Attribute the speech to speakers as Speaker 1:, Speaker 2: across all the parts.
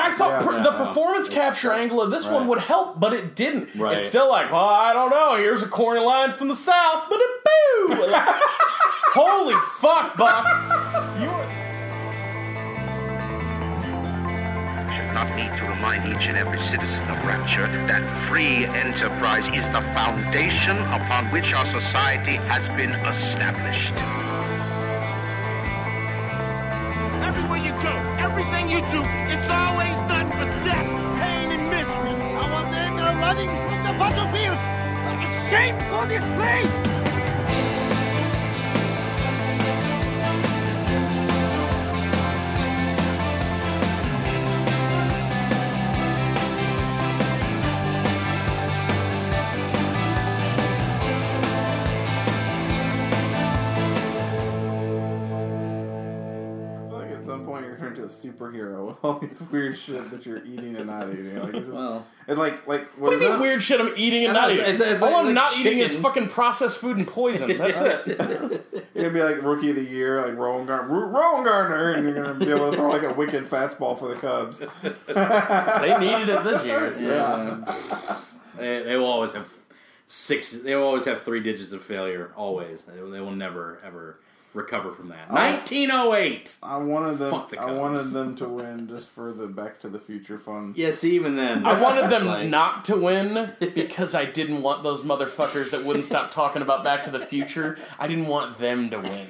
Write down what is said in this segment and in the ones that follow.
Speaker 1: the
Speaker 2: Yeah.
Speaker 1: performance capture angle of this one
Speaker 2: right.
Speaker 1: would help, but it didn't.
Speaker 2: Right.
Speaker 1: It's still like, well, I don't know. Here's a corny line from the south, but it boo. Holy fuck, Buck! You were-
Speaker 3: should not need to remind each and every citizen of Rapture that free enterprise is the foundation upon which our society has been established.
Speaker 4: Everywhere you go, everything you do, it's always done for death, pain, and misery. Our men are running from the battlefield. A shameful display!
Speaker 5: I feel like at some point you're turned to a superhero with all these weird shit that you're eating and not eating. Like, it's just-
Speaker 2: Well.
Speaker 5: and like, like
Speaker 1: What is that weird shit I'm eating and
Speaker 2: I know,
Speaker 1: not eating?
Speaker 2: it's- it's- it's
Speaker 1: All
Speaker 2: like-
Speaker 1: I'm
Speaker 2: like
Speaker 1: not eating is
Speaker 2: chicken.
Speaker 1: fucking processed food and poison. That's it.
Speaker 5: You're gonna be like rookie of the year, like Rowan Garner, Rowan Garner, and you're gonna be able to throw like a wicked fastball for the Cubs.
Speaker 1: They needed it this year. so-
Speaker 5: Yeah.
Speaker 2: um, they, they will always have six. They will always have three digits of failure. Always. They, will- they will never ever recover from that. 1908.
Speaker 5: I wanted them.
Speaker 2: Fuck the
Speaker 5: I
Speaker 2: Cubs.
Speaker 5: wanted them to win just for the Back to the Future fun.
Speaker 2: Yeah. See, even then,
Speaker 1: I wanted them
Speaker 2: Like-
Speaker 1: not to win because I didn't want those motherfuckers that wouldn't stop talking about Back to the Future. I didn't want them to win.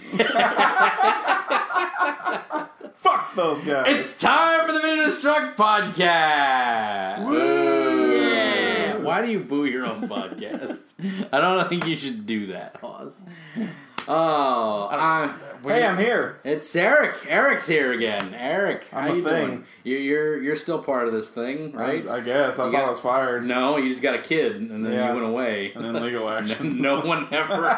Speaker 5: Fuck those guys.
Speaker 2: It's time for the Minute of Struck podcast. Yeah. Why do you boo your own podcast? I don't think you should do that, Oz. Oh, I-
Speaker 5: hey, I'm here.
Speaker 2: it's Eric. Eric's here again. Eric,
Speaker 5: I'm
Speaker 2: how
Speaker 5: a
Speaker 2: you
Speaker 5: thing.
Speaker 2: doing? You, you're you're still part of this thing, right?
Speaker 5: I guess I thought
Speaker 2: got-
Speaker 5: I was fired.
Speaker 2: No, you just got a kid, and then
Speaker 5: Yeah.
Speaker 2: you went away.
Speaker 5: And then legal action.
Speaker 2: no one ever,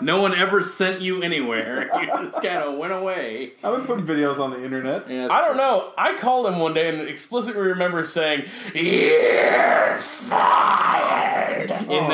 Speaker 2: no one ever sent you anywhere. You just kind of went away.
Speaker 5: I've been putting videos on the internet.
Speaker 2: Yeah, that's
Speaker 1: I don't
Speaker 2: true.
Speaker 1: know. I called him one day and explicitly remember saying, "You're fired."
Speaker 2: in
Speaker 5: Oh,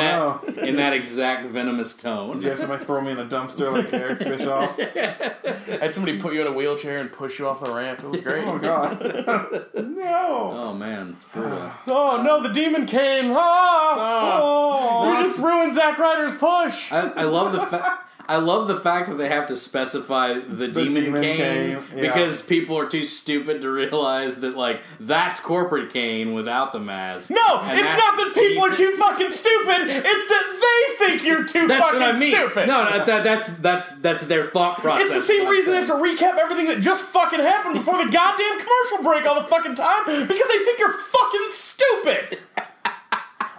Speaker 2: that in that exact venomous tone.
Speaker 5: Do you have somebody throw me in a dumpster like Eric Bischoff?
Speaker 1: I had somebody put you in a wheelchair and push you off the ramp. It was great.
Speaker 5: Oh God. no.
Speaker 2: Oh man, it's brutal.
Speaker 1: Oh no, the demon came! Ah,
Speaker 5: Oh.
Speaker 1: You just ruined Zack Ryder's push.
Speaker 2: I, I love the fact. I love the fact that they have to specify the, demon,
Speaker 5: demon
Speaker 2: cane,
Speaker 5: cane, yeah.
Speaker 2: because people are too stupid to realize that like that's corporate cane without the mask.
Speaker 1: No,
Speaker 2: And
Speaker 1: it's
Speaker 2: that's
Speaker 1: not that people
Speaker 2: demon-
Speaker 1: are too fucking stupid. It's that they think you're too
Speaker 2: That's
Speaker 1: fucking
Speaker 2: what I mean.
Speaker 1: stupid.
Speaker 2: No, that, that, that's that's that's their thought process.
Speaker 1: It's the same reason they have to recap everything that just fucking happened before the goddamn commercial break all the fucking time because they think you're fucking stupid.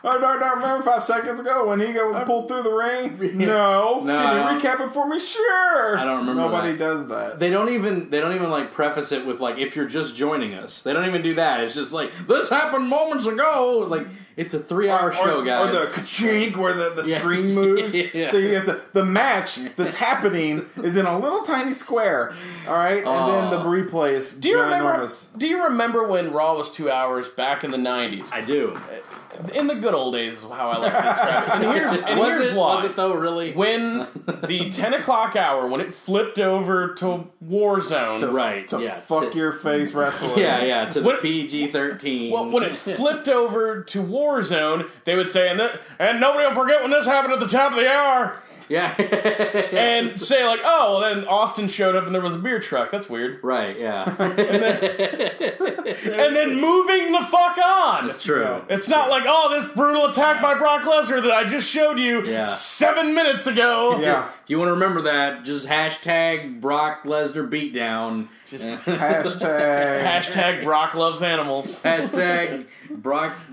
Speaker 5: Oh, no, no, remember five seconds ago when he got pulled through the ring? No.
Speaker 2: No,
Speaker 5: Can you
Speaker 2: I don't-
Speaker 5: recap it for me? Sure.
Speaker 2: I don't remember
Speaker 5: Nobody
Speaker 2: that.
Speaker 5: does that.
Speaker 2: They don't even they don't even like preface it with like if you're just joining us. They don't even do that. It's just like this happened moments ago. Like it's a three hour show, guys.
Speaker 5: Or the ka-chink where the, the
Speaker 2: Yeah.
Speaker 5: screen moves.
Speaker 2: Yeah.
Speaker 5: So you get the, the match that's happening is in a little tiny square. All right? And then
Speaker 2: Oh.
Speaker 5: the replay is
Speaker 1: Do you remember?
Speaker 5: ginormous.
Speaker 1: Do you remember when Raw was two hours back in the '90s?
Speaker 2: I do.
Speaker 1: In the good old days, is how I like to describe it. And here's, and
Speaker 2: was
Speaker 1: here's
Speaker 2: it,
Speaker 1: why.
Speaker 2: Was it though? Really?
Speaker 1: when the 10 o'clock hour, when it flipped over to Warzone,
Speaker 2: right.
Speaker 5: To
Speaker 2: yeah.
Speaker 5: fuck
Speaker 2: to,
Speaker 5: your face wrestling.
Speaker 2: Yeah, yeah. To
Speaker 1: When-
Speaker 2: the PG thirteen.
Speaker 1: Well, when it flipped over to Warzone, they would say, and, th- and nobody will forget when this happened at the top of the hour.
Speaker 2: yeah.
Speaker 1: And say, like, oh, well, then Austin showed up and there was a beer truck. That's weird.
Speaker 2: right. Yeah.
Speaker 1: And then moving the fuck on.
Speaker 2: It's true.
Speaker 1: It's not like, oh, this brutal attack by Brock Lesnar that I just showed you
Speaker 2: Yeah.
Speaker 1: seven minutes ago.
Speaker 5: Yeah.
Speaker 2: If you want to remember that, just hashtag Brock Lesnar beatdown.
Speaker 1: Just
Speaker 5: Hashtag.
Speaker 1: hashtag Brock loves animals.
Speaker 2: Hashtag Brock's.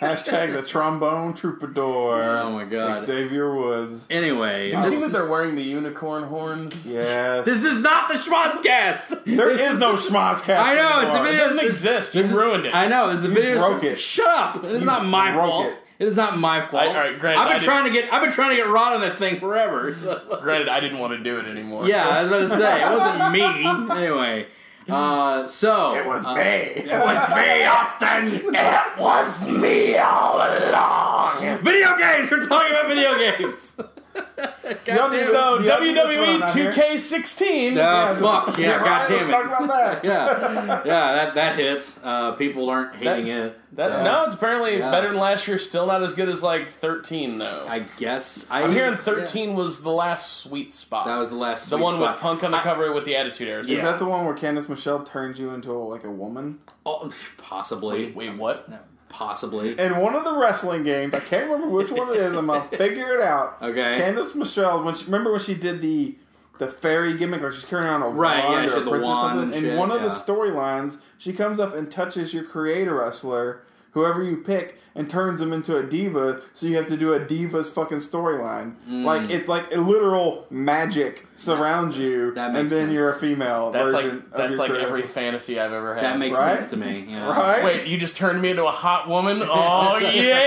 Speaker 5: hashtag the trombone troubadour.
Speaker 2: Oh my god.
Speaker 5: Xavier Woods.
Speaker 2: Anyway,
Speaker 1: You
Speaker 2: this,
Speaker 1: see that they're wearing the unicorn horns?
Speaker 5: Yes.
Speaker 2: this is not the Schwanzcast.
Speaker 5: there is no Schmozcast.
Speaker 2: I know, it's the
Speaker 5: anymore.
Speaker 2: video-
Speaker 1: It doesn't
Speaker 2: This-
Speaker 1: exist. You ruined it.
Speaker 2: I know. Is the video
Speaker 5: broke it.
Speaker 2: Shut up! It is
Speaker 5: You
Speaker 2: not my
Speaker 5: broke
Speaker 2: fault.
Speaker 5: it.
Speaker 2: it is not my fault.
Speaker 1: I- all right, granted,
Speaker 2: I've
Speaker 1: I
Speaker 2: been
Speaker 1: did-
Speaker 2: trying to get I've been trying to get Ron on that thing forever.
Speaker 1: Granted, I didn't want to do it anymore.
Speaker 2: yeah, I was about to say it wasn't me. Anyway, uh, so
Speaker 5: It was
Speaker 2: uh,
Speaker 5: me.
Speaker 2: It was me, Austin.
Speaker 5: It was me all along.
Speaker 2: Video games. We're talking about video games.
Speaker 5: Yup,
Speaker 1: So
Speaker 5: the ugliest
Speaker 1: WWE
Speaker 5: one on here.
Speaker 1: 2K16.
Speaker 2: Uh,
Speaker 5: this-
Speaker 2: fuck yeah,
Speaker 5: right, let's
Speaker 2: god damn
Speaker 5: Talk
Speaker 2: it.
Speaker 5: about that.
Speaker 2: Yeah, yeah, that that hits. Uh, people aren't hating it.
Speaker 1: That,
Speaker 2: so
Speaker 1: No, it's apparently
Speaker 2: Yeah.
Speaker 1: better than last year. Still not as good as like 13 though. I,
Speaker 2: I guess I,
Speaker 1: am hearing
Speaker 2: yeah.
Speaker 1: 13 was the last sweet spot.
Speaker 2: That was the last.
Speaker 1: the
Speaker 2: sweet
Speaker 1: one
Speaker 2: spot.
Speaker 1: with Punk on the
Speaker 2: I-
Speaker 1: cover with the Attitude Era.
Speaker 2: Yeah.
Speaker 5: Is that the one where Candice Michelle turns you into like a woman?
Speaker 2: Oh, possibly.
Speaker 1: Wait, what?
Speaker 2: Possibly.
Speaker 5: In one of the wrestling games, I can't remember which one it is. I'm gonna figure it out.
Speaker 2: Okay.
Speaker 5: Candice Michelle, when she, remember when she did the the fairy gimmick, like she's carrying around a
Speaker 2: Right, yeah,
Speaker 5: wand
Speaker 2: she
Speaker 5: or
Speaker 2: had
Speaker 5: a
Speaker 2: the
Speaker 5: prince or
Speaker 2: wand
Speaker 5: something.
Speaker 2: and
Speaker 5: In
Speaker 2: shit,
Speaker 5: one of the
Speaker 2: yeah.
Speaker 5: storylines, she comes up and touches your creator wrestler, whoever you pick, and turns him into a diva. So you have to do a diva's fucking storyline. Like it's like a literal magic surrounds you,
Speaker 2: Mm. That
Speaker 5: and
Speaker 2: makes
Speaker 5: then
Speaker 2: sense.
Speaker 5: you're a female.
Speaker 1: That's
Speaker 5: version
Speaker 1: like
Speaker 5: of
Speaker 1: that's
Speaker 5: your
Speaker 1: like
Speaker 5: creator
Speaker 1: every
Speaker 5: wrestler.
Speaker 1: fantasy I've ever had.
Speaker 2: that makes
Speaker 5: Right?
Speaker 2: sense to me. Yeah.
Speaker 5: right.
Speaker 1: Wait, you just turned me into a hot woman? Oh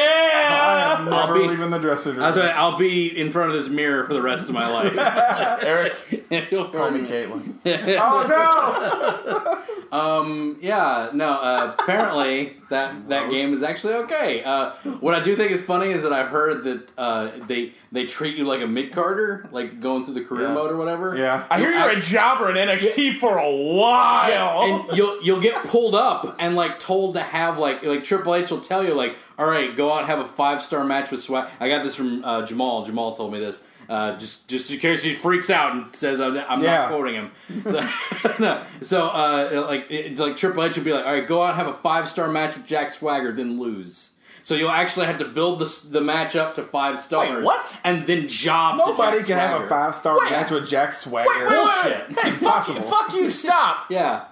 Speaker 1: yeah!
Speaker 5: I'm never
Speaker 2: be-
Speaker 5: leaving the dressing room.
Speaker 2: That's right. I'll be in front of this mirror for the rest of my life.
Speaker 1: Eric,
Speaker 2: You'll
Speaker 1: call me Caitlin.
Speaker 5: oh no!
Speaker 2: Yeah, no. Uh, apparently, that that game is actually okay. Uh, what I do think is funny is that I've heard that uh, they they treat you like a mid carder, like going through the career
Speaker 5: Yeah.
Speaker 2: mode or whatever.
Speaker 5: Yeah.
Speaker 1: I hear you're a jobber in NXT for a while.
Speaker 2: and you'll you'll get pulled up and like told to have like like Triple H will tell you like, all right, go out and have a five star match with Swag. I got this from uh, Jamal. Jamal told me this. Uh, just just in case he freaks out and says I'm, I'm
Speaker 5: Yeah.
Speaker 2: not quoting him. So, no. so uh, like it's like Triple H would be like, all right, go out and have a five star match with Jack Swagger, then lose. So you'll actually have to build the s- the match up to five stars.
Speaker 1: what?
Speaker 2: And then job. to
Speaker 5: Nobody
Speaker 2: Jack
Speaker 5: can have a
Speaker 2: Swagger.
Speaker 5: five star match with Jack Swagger.
Speaker 1: Bullshit.
Speaker 2: Bullshit.
Speaker 1: Hey, fuck you,
Speaker 5: Impossible.
Speaker 1: fuck you, stop.
Speaker 2: Yeah,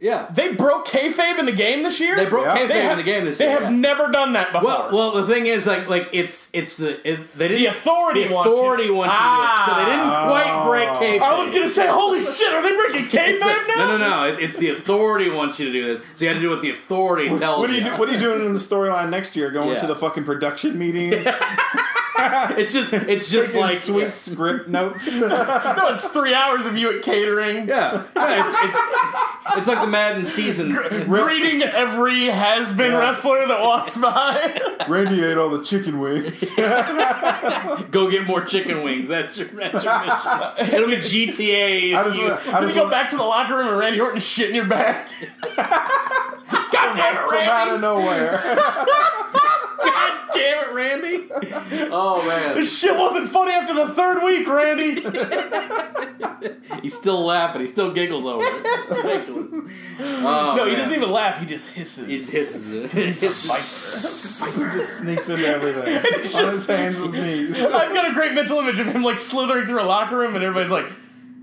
Speaker 2: yeah.
Speaker 1: They broke kayfabe in the game this year?
Speaker 2: They broke
Speaker 5: Yeah.
Speaker 2: kayfabe
Speaker 1: They have-
Speaker 2: in the game this
Speaker 1: They
Speaker 2: year.
Speaker 1: have
Speaker 2: yeah.
Speaker 1: never done that before.
Speaker 2: Well, well, the thing is, like, like it's it's the it, they didn't
Speaker 1: The authority
Speaker 2: the
Speaker 1: wants
Speaker 2: authority
Speaker 1: you.
Speaker 2: wants you, to do it, so they didn't
Speaker 5: Ah.
Speaker 2: quite break
Speaker 5: Oh.
Speaker 2: kayfabe.
Speaker 1: I was going to say, holy shit, are they breaking kayfabe
Speaker 2: It's like,
Speaker 1: now?
Speaker 2: no, no, no! It, it's the authority wants you to do this, so you had to do what the authority tells
Speaker 5: What are you do, What are you doing in the storyline next year? Going
Speaker 2: Yeah.
Speaker 5: to the fucking production meetings,
Speaker 2: It's just, it's just
Speaker 5: taking
Speaker 2: like
Speaker 5: sweet script notes.
Speaker 1: No, it's three hours of you at catering.
Speaker 2: Yeah, yeah it's, it's, it's like the Madden season.
Speaker 1: Greeting every has-been wrestler that walks by.
Speaker 5: Randy ate all the chicken wings.
Speaker 2: Go get more chicken wings. That's your, that's your mission. It'll be GTA.
Speaker 5: I
Speaker 2: if
Speaker 5: just
Speaker 2: you-
Speaker 5: want. I
Speaker 1: Then you
Speaker 5: just
Speaker 1: go
Speaker 5: want.
Speaker 1: back to the locker room and Randy Orton shit in your back.
Speaker 2: God damn it,
Speaker 5: From out
Speaker 2: Randy!
Speaker 5: of nowhere.
Speaker 2: God damn it, Randy! Oh man,
Speaker 1: This shit wasn't funny after the third week, Randy.
Speaker 2: he's still laughing. He still giggles over it. It's ridiculous. Oh,
Speaker 1: no, he doesn't even laugh. He just hisses.
Speaker 2: He just hisses
Speaker 1: He's
Speaker 2: it.
Speaker 1: just like-
Speaker 5: he just sneaks into everything on his hands and knees.
Speaker 1: I've got a great mental image of him like slithering through a locker room, and everybody's like,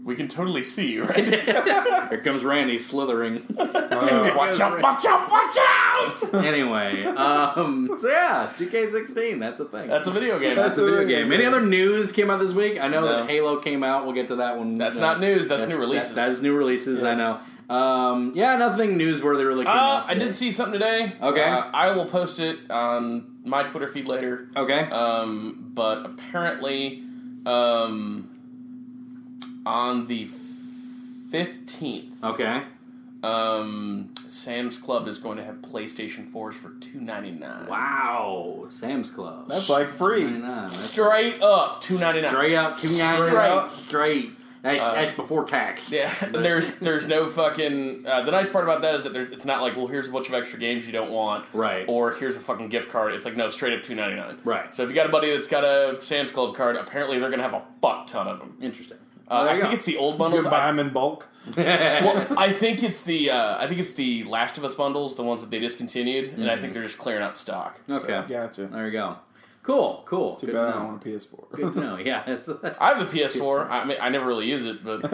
Speaker 1: "We can totally see you, right?
Speaker 2: Here comes Randy slithering.
Speaker 1: watch out! Watch out! Watch out!"
Speaker 2: anyway, um, so yeah, 2K16, that's a thing.
Speaker 1: That's a video game.
Speaker 5: That's
Speaker 2: It's a video game. Any other news came out this week? I know
Speaker 1: No.
Speaker 2: that Halo came out. We'll get to that one.
Speaker 1: That's
Speaker 2: Uh,
Speaker 1: not news. That's, new releases.
Speaker 2: That, that is new releases. I know.
Speaker 1: Yes.
Speaker 2: Um, yeah, nothing newsworthy really. Came
Speaker 1: uh,
Speaker 2: out
Speaker 1: I
Speaker 2: today.
Speaker 1: did see something today.
Speaker 2: Okay.
Speaker 1: Uh, I will post it on my Twitter feed later.
Speaker 2: Okay.
Speaker 1: Um, but apparently, um, on the fifteenth,
Speaker 2: okay.
Speaker 1: um, Sam's Club is going to have PlayStation 4s for two ninety nine.
Speaker 2: Wow. Sam's Club.
Speaker 5: That's like
Speaker 2: I
Speaker 5: free.
Speaker 2: know. That's
Speaker 1: Straight up two ninety nine.
Speaker 2: straight up two ninety
Speaker 1: Straight
Speaker 2: nine
Speaker 1: up. Uh,
Speaker 2: straight. That's, that's before tax.
Speaker 1: Yeah,
Speaker 2: But-
Speaker 1: there's there's no fucking. Uh, the nice part about that is that there's, it's not like, well, here's a bunch of extra games you don't want,
Speaker 2: Right.
Speaker 1: Or here's a fucking gift card. It's like no, straight up two ninety nine,
Speaker 2: Right.
Speaker 1: So if you got a buddy that's got a Sam's Club card, apparently they're gonna have a fuck ton of them.
Speaker 2: Interesting.
Speaker 1: Uh,
Speaker 2: There
Speaker 1: I
Speaker 2: you
Speaker 1: think
Speaker 2: go.
Speaker 1: it's the old
Speaker 5: You
Speaker 1: bundles.
Speaker 5: can buy them in bulk.
Speaker 1: Well, I think it's the uh, I think it's the Last of Us bundles, the ones that they discontinued, and I
Speaker 2: Mm-hmm.
Speaker 1: think they're just clearing out stock.
Speaker 2: okay.
Speaker 5: Gotcha.
Speaker 2: There you go. Cool. Cool.
Speaker 5: Too
Speaker 2: Good
Speaker 5: bad I
Speaker 2: to know.
Speaker 5: don't want a PS4.
Speaker 2: Good to know. Yeah. it's-
Speaker 1: I have a PS4. I mean, I never really use it, but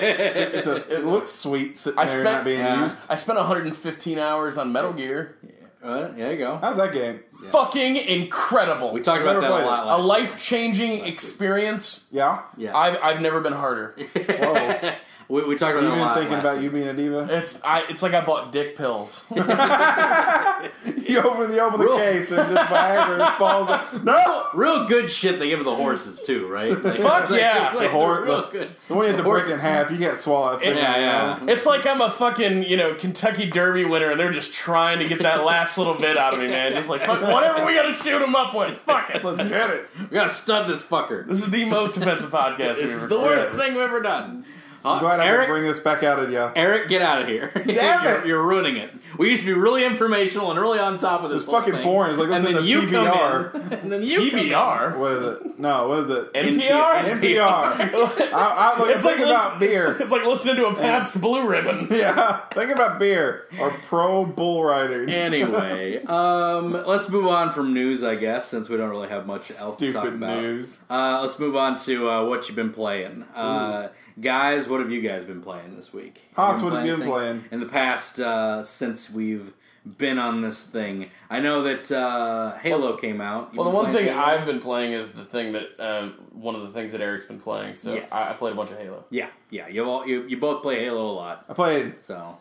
Speaker 5: It's a, it looks sweet sitting
Speaker 1: I
Speaker 5: there
Speaker 1: spent-
Speaker 5: not being
Speaker 2: Yeah.
Speaker 5: used.
Speaker 1: I spent 115 hours on Metal Gear.
Speaker 2: Uh, there you go.
Speaker 5: How's that game?
Speaker 1: Fucking incredible.
Speaker 2: We talked about that a
Speaker 5: Everybody.
Speaker 2: lot.
Speaker 1: a
Speaker 2: Last
Speaker 1: life changing experience.
Speaker 5: Yeah.
Speaker 2: yeah,
Speaker 1: I've, I've never been harder.
Speaker 5: Whoa.
Speaker 2: we, we talked about
Speaker 5: You
Speaker 2: that a
Speaker 5: been
Speaker 2: lot.
Speaker 5: thinking
Speaker 2: last
Speaker 5: about
Speaker 2: week.
Speaker 5: you being a diva?
Speaker 1: It's I. It's like I bought dick pills.
Speaker 5: You open the open the
Speaker 2: Real-
Speaker 5: case and just Viagra falls. Out. No,
Speaker 2: Real good shit they give the horses too, right? Like,
Speaker 1: Fuck
Speaker 2: it's like-
Speaker 1: yeah.
Speaker 2: it's like
Speaker 5: The hor-
Speaker 2: real good.
Speaker 5: the one you have to
Speaker 2: The
Speaker 5: break
Speaker 2: horse-
Speaker 5: in half. You can't swallow that thing.
Speaker 2: Yeah, yeah.
Speaker 1: It's like I'm a fucking, you know, Kentucky Derby winner and they're just trying to get that last little bit out of me, man. Just like, fuck, whatever we gotta shoot him up with, fuck it.
Speaker 5: Let's get it.
Speaker 2: We gotta stud this fucker.
Speaker 1: This is the most offensive podcast we've
Speaker 2: It's
Speaker 1: ever
Speaker 2: the worst thing we've ever done. Uh,
Speaker 5: I'm glad I
Speaker 2: Eric,
Speaker 5: could bring this back out at you.
Speaker 2: Eric, get out of here.
Speaker 5: Damn
Speaker 2: you're,
Speaker 5: it.
Speaker 2: you're ruining it. We used to be really informational and really on top of this.
Speaker 5: It's
Speaker 2: whole
Speaker 5: fucking
Speaker 2: thing.
Speaker 5: boring. It's like
Speaker 2: and
Speaker 5: listening
Speaker 2: then
Speaker 5: to
Speaker 2: you
Speaker 5: PBR.
Speaker 2: come in, and then you come in.
Speaker 1: PBR?
Speaker 5: What is it? No, what is it?
Speaker 1: NPR?
Speaker 5: NPR. I, I look,
Speaker 1: It's
Speaker 5: think
Speaker 1: like
Speaker 5: about
Speaker 1: listen-
Speaker 5: beer.
Speaker 1: It's like listening to a Pabst Blue Ribbon.
Speaker 5: Yeah, think about beer or pro bull riding.
Speaker 2: Anyway, um, let's move on from news, I guess, since we don't really have much else to talk
Speaker 5: Stupid
Speaker 2: about.
Speaker 5: news.
Speaker 2: Uh, let's move on to uh, what you've been playing, uh, guys. What have you guys been playing this week?
Speaker 5: Haas, what have you been
Speaker 2: anything
Speaker 5: playing?
Speaker 2: in the past uh, since we've been on this thing? I know that uh, Halo came out. You
Speaker 1: Well, the
Speaker 2: been
Speaker 1: one
Speaker 2: playing
Speaker 1: thing
Speaker 2: Halo?
Speaker 1: I've been playing is the thing that um, one of the things that Eric's been playing. So
Speaker 2: Yes.
Speaker 1: I, I played a bunch of Halo.
Speaker 2: yeah, yeah, you all you, you both play Halo a lot,
Speaker 5: I played
Speaker 2: so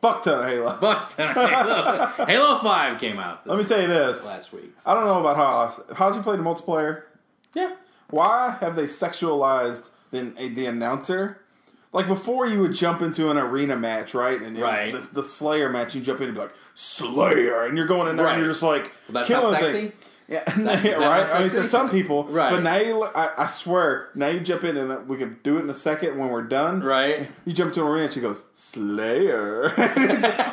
Speaker 5: fuck ton of Halo.
Speaker 2: but Halo, Halo Five came out. This
Speaker 5: Let me tell you this.
Speaker 2: last week.
Speaker 5: I don't know about Haas. Haas, you played multiplayer? Yeah. Why have they sexualized the, the announcer? Like before, you would jump into an arena match, right? And it-
Speaker 2: Right.
Speaker 5: The, the Slayer match, you jump in and be like Slayer, and you're going in there
Speaker 2: Right.
Speaker 5: and you're just like
Speaker 2: That's
Speaker 5: killing
Speaker 2: not sexy.
Speaker 5: things. Yeah, right.
Speaker 2: that not
Speaker 5: I mean,
Speaker 2: sexy?
Speaker 5: there's some people,
Speaker 2: Right.
Speaker 5: But now you, I, I swear, now you jump in and we can do it in a second when we're done,
Speaker 2: Right.
Speaker 5: You jump to an arena and she goes Slayer,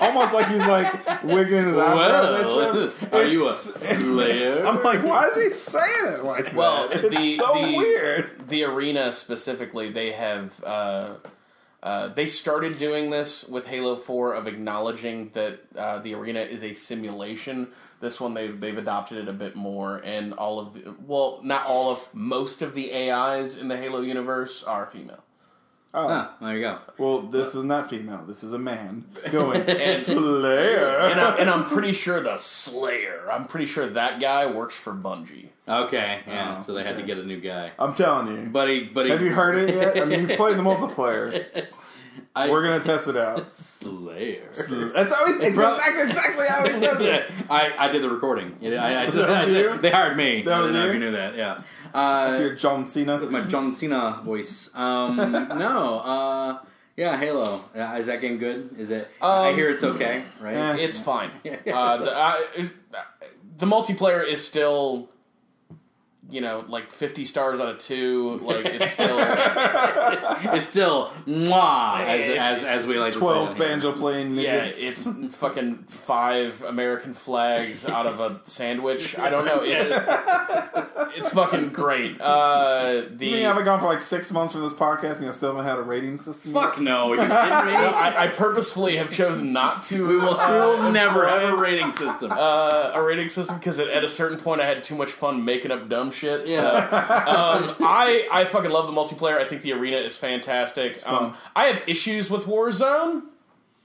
Speaker 5: almost like he's like wiggling his
Speaker 2: Well,
Speaker 5: eyebrows. at you.
Speaker 2: are you a
Speaker 5: It's-
Speaker 2: slayer?
Speaker 5: I'm like, why is he saying it like that?
Speaker 1: Well, the
Speaker 5: it's so
Speaker 1: the,
Speaker 5: weird.
Speaker 1: The arena specifically, they have uh, uh, they started doing this with Halo Four of acknowledging that uh, the arena is a simulation. This one they've they've adopted it a bit more, and all of the, well, not all of most of the AIs in the Halo universe are female.
Speaker 5: Oh,
Speaker 2: Huh, Ah, there you go.
Speaker 5: well, this is not female. This is a man going
Speaker 1: And- And,
Speaker 5: Slayer.
Speaker 1: I, and I'm pretty sure the Slayer. I'm pretty sure that guy works for Bungie.
Speaker 2: Okay, yeah.
Speaker 5: Oh,
Speaker 2: so they had to
Speaker 5: okay.
Speaker 2: get a new guy.
Speaker 5: I'm telling you.
Speaker 2: Buddy, buddy.
Speaker 5: Have you heard it yet? I mean, you've played the multiplayer.
Speaker 2: I,
Speaker 5: We're gonna test it out.
Speaker 2: Slayer.
Speaker 5: That's how he,
Speaker 2: Bro-
Speaker 5: exactly, exactly how he says it.
Speaker 2: I, I did the recording. Yeah, I, I,
Speaker 5: That was
Speaker 2: I-
Speaker 5: you?
Speaker 2: They hired me.
Speaker 5: That was
Speaker 2: I don't know if
Speaker 5: you?
Speaker 2: knew that. Yeah. Uh,
Speaker 5: Your John Cena.
Speaker 2: with my John Cena voice. Um, no. Uh, yeah, Halo. Uh, Is that game good? Is it? I
Speaker 1: Um,
Speaker 2: hear it's okay, right?
Speaker 5: eh.
Speaker 1: It's fine.
Speaker 2: Yeah.
Speaker 1: Uh, the, I, the multiplayer is still, you know, like 50 stars out of two. Like it's still
Speaker 2: It's still mwah,
Speaker 1: It's-
Speaker 2: as, as as we like
Speaker 5: Twelve
Speaker 2: to say. on here.
Speaker 5: banjo playing
Speaker 1: yeah,
Speaker 5: midgets.
Speaker 1: it's fucking five American flags out of a sandwich. I don't know. It's it's fucking great. Uh, the
Speaker 5: You mean I haven't gone for like six months from this podcast and you still haven't had a rating system?
Speaker 2: Fuck no! Are you kidding me?
Speaker 1: I, I purposefully have chosen not to. Uh,
Speaker 2: We will, we will never
Speaker 1: employ,
Speaker 2: have a rating system.
Speaker 1: uh, a rating system because at, at a certain point I had too much fun making up dumb shit. So, um, I I fucking love the multiplayer. I think the arena is fantastic. Um, I have issues with Warzone.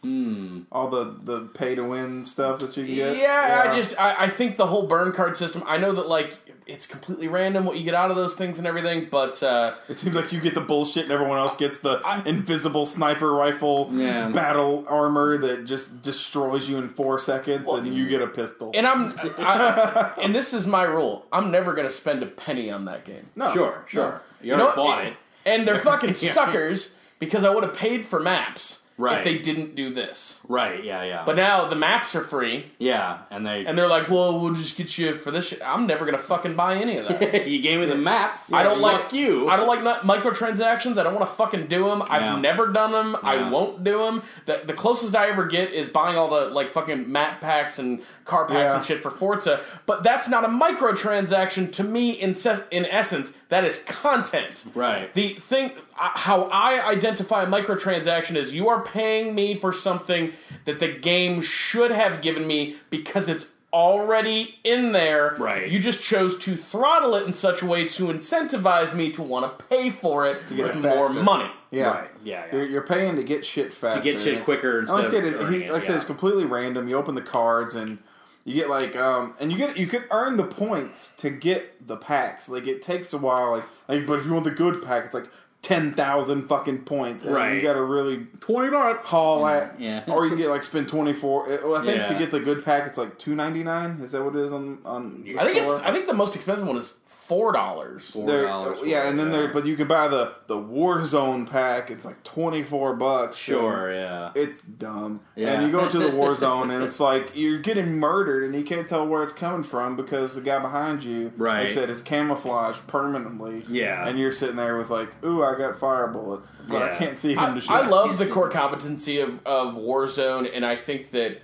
Speaker 5: All the the pay to win stuff that you can
Speaker 1: Yeah,
Speaker 5: get.
Speaker 1: I just I, I think the whole burn card system. I know that like it's completely random what you get out of those things and everything, but uh,
Speaker 5: It seems like you get the bullshit and everyone else gets the invisible sniper rifle
Speaker 2: Yeah.
Speaker 5: battle armor that just destroys you in four seconds and you get a pistol.
Speaker 1: and I'm I, and this is my rule. I'm never gonna spend a penny on that game.
Speaker 5: no,
Speaker 2: Sure,
Speaker 5: no.
Speaker 2: sure. You
Speaker 1: You know
Speaker 2: already
Speaker 1: what?
Speaker 2: bought it.
Speaker 1: And they're fucking suckers because I would have paid for maps
Speaker 2: Right.
Speaker 1: if they didn't do this.
Speaker 2: Right, yeah, yeah.
Speaker 1: But now the maps are free,
Speaker 2: yeah, and they
Speaker 1: and they're like, "Well, we'll just get you for this shit." I'm never gonna fucking buy any of that.
Speaker 2: you gave me the maps.
Speaker 1: I don't
Speaker 2: Fuck
Speaker 1: like
Speaker 2: you.
Speaker 1: I don't like not microtransactions. I don't want to fucking do them. I've
Speaker 2: Yeah.
Speaker 1: never done them.
Speaker 2: Yeah.
Speaker 1: I won't do them. The, the closest I ever get is buying all the like fucking map packs and car packs
Speaker 5: Yeah.
Speaker 1: and shit for Forza. But that's not a microtransaction to me. In se- in essence, that is content.
Speaker 2: Right.
Speaker 1: The thing I- how I identify a microtransaction is you are paying me for something that the game should have given me because it's already in there.
Speaker 2: Right.
Speaker 1: You just chose to throttle it in such a way to incentivize me to want to pay for it
Speaker 5: get
Speaker 1: with
Speaker 5: it
Speaker 1: more
Speaker 5: faster.
Speaker 1: money.
Speaker 5: Yeah.
Speaker 2: Right, yeah, yeah.
Speaker 5: You're, you're paying to get shit faster.
Speaker 2: get shit
Speaker 5: And
Speaker 2: quicker
Speaker 5: and Like I
Speaker 2: instead
Speaker 5: said,
Speaker 2: of
Speaker 5: it-
Speaker 2: earning
Speaker 5: he-
Speaker 2: it,
Speaker 5: like I said,
Speaker 2: yeah.
Speaker 5: it's completely random. You open the cards and you get like um, and you get you can earn the points to get the packs. Like it takes a while. Like like, but if you want the good pack, it's like ten thousand fucking points. And
Speaker 2: Right.
Speaker 5: You got to really
Speaker 2: Twenty bucks.
Speaker 5: call that.
Speaker 2: Yeah.
Speaker 5: Or you can get like spend twenty four. I think to
Speaker 2: Yeah.
Speaker 5: get the good pack, it's like two ninety nine. Is that what it is on on?
Speaker 1: I think it's. I think the most expensive one is four dollars.
Speaker 5: They're-
Speaker 2: $4
Speaker 5: yeah, and then
Speaker 2: for it,
Speaker 5: there,
Speaker 2: yeah.
Speaker 5: but you can buy the the Warzone pack. It's like twenty four bucks.
Speaker 2: Sure, yeah.
Speaker 5: and it's dumb.
Speaker 2: Yeah.
Speaker 5: And you go to the Warzone, and it's like you're getting murdered, and you can't tell where it's coming from because the guy behind you,
Speaker 2: Right.
Speaker 5: like I said, is camouflaged permanently.
Speaker 2: Yeah.
Speaker 5: and you're sitting there with like, ooh, I got fire bullets, but I
Speaker 2: Yeah.
Speaker 5: can't see him.
Speaker 1: I,
Speaker 5: to shoot.
Speaker 1: I love the core competency of, of Warzone, and I think that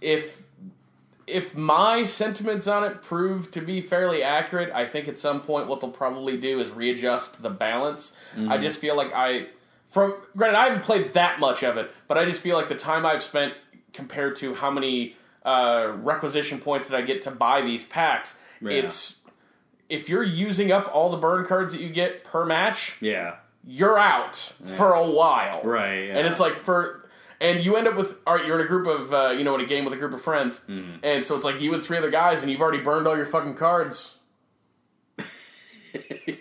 Speaker 1: if if my sentiments on it prove to be fairly accurate, I think at some point what they'll probably do is readjust the balance. I just feel like I from granted I haven't played that much of it, but I just feel like the time I've spent compared to how many uh, requisition points that I get to buy these packs,
Speaker 2: Yeah.
Speaker 1: it's if you're using up all the burn cards that you get per match,
Speaker 2: Yeah.
Speaker 1: you're out for a while.
Speaker 2: Right, yeah.
Speaker 1: And it's like for and you end up with all right, you're in a group of uh, you know in a game with a group of friends,
Speaker 2: Mm-hmm.
Speaker 1: and so it's like you and three other guys, and you've already burned all your fucking cards.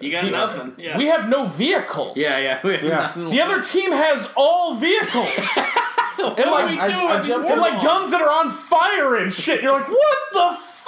Speaker 2: You got nothing. Yeah.
Speaker 1: We have no vehicles.
Speaker 2: yeah, yeah. we have
Speaker 5: Yeah.
Speaker 2: nothing.
Speaker 1: The other team has all vehicles and
Speaker 2: What are we
Speaker 1: like
Speaker 5: I-
Speaker 2: doing
Speaker 5: I
Speaker 2: with these
Speaker 5: jumped in
Speaker 1: and like
Speaker 2: warlogs?
Speaker 1: guns that are on fire and shit. You're like, what the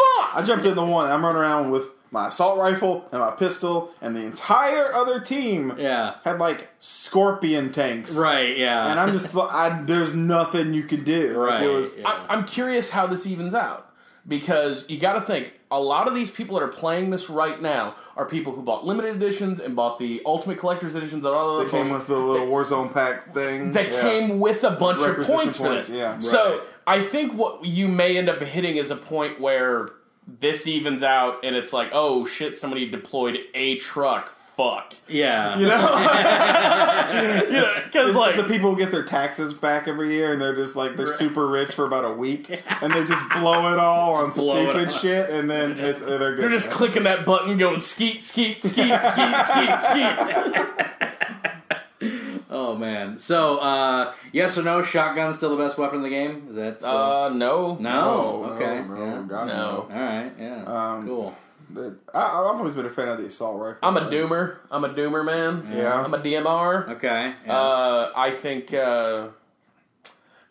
Speaker 5: I
Speaker 1: fuck?
Speaker 5: jumped in the one. I'm running around with my assault rifle and my pistol, and the entire other team
Speaker 2: Yeah.
Speaker 5: had like scorpion tanks,
Speaker 2: Right, yeah.
Speaker 5: And I'm just, like, I, there's nothing you can do. Like,
Speaker 2: Right.
Speaker 5: It was,
Speaker 2: yeah.
Speaker 1: I, I'm curious how this evens out because you got to think a lot of these people that are playing this right now are people who bought limited editions and bought the ultimate collector's editions and all that
Speaker 5: They
Speaker 1: other
Speaker 5: came
Speaker 1: bullshit.
Speaker 5: with the little Warzone pack thing.
Speaker 1: that
Speaker 5: Yeah.
Speaker 1: came with a bunch of
Speaker 5: Requisition
Speaker 1: points,
Speaker 5: points,
Speaker 1: for this.
Speaker 5: yeah.
Speaker 1: So I think what you may end up hitting is a point where this evens out, and it's like, oh shit, somebody deployed a truck. Fuck,
Speaker 2: yeah.
Speaker 1: you know, you know, because
Speaker 5: It's
Speaker 1: like
Speaker 5: the people who get their taxes back every year, and they're just like they're super rich for about a week, and they just blow it all on
Speaker 2: blow it
Speaker 5: stupid
Speaker 2: on.
Speaker 5: shit, and then it's, they're good.
Speaker 1: they're just
Speaker 5: now.
Speaker 1: clicking that button, going skeet, skeet, skeet, skeet, skeet, skeet.
Speaker 2: Oh man. So uh yes or no, shotgun's still the best weapon in the game? Is that still...
Speaker 1: Uh, no,
Speaker 2: no. Oh, okay. Oh,
Speaker 5: no,
Speaker 2: yeah.
Speaker 5: God,
Speaker 1: No.
Speaker 2: All right. Yeah.
Speaker 5: Um,
Speaker 2: cool.
Speaker 5: That- I, I've always been a fan of the assault rifle.
Speaker 1: I'm a doomer. I'm a doomer, man.
Speaker 5: Yeah.
Speaker 1: I'm a DMR.
Speaker 2: Okay. Yeah.
Speaker 1: Uh, I think uh,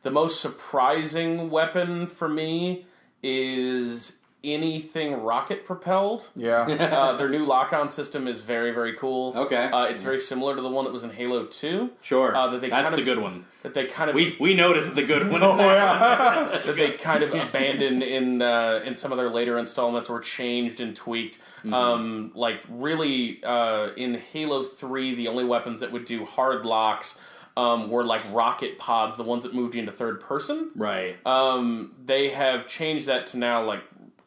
Speaker 1: the most surprising weapon for me is anything rocket propelled.
Speaker 5: Yeah,
Speaker 1: Uh, their new lock on system is very, very cool.
Speaker 2: Okay.
Speaker 1: Uh, it's very similar to the one that was in Halo 2.
Speaker 2: sure.
Speaker 1: uh, that they
Speaker 2: That's
Speaker 1: kind
Speaker 2: the
Speaker 1: of-
Speaker 2: good one.
Speaker 1: That they kind of
Speaker 2: We we noticed the good
Speaker 5: Oh,
Speaker 2: one.
Speaker 1: that they kind of abandoned in uh, in some of their later installments or changed and tweaked. Um, like really, uh, in Halo Three, the only weapons that would do hard locks um, were like rocket pods, the ones that moved you into third person.
Speaker 2: Right.
Speaker 5: Uh,
Speaker 1: Um, they have changed that to now like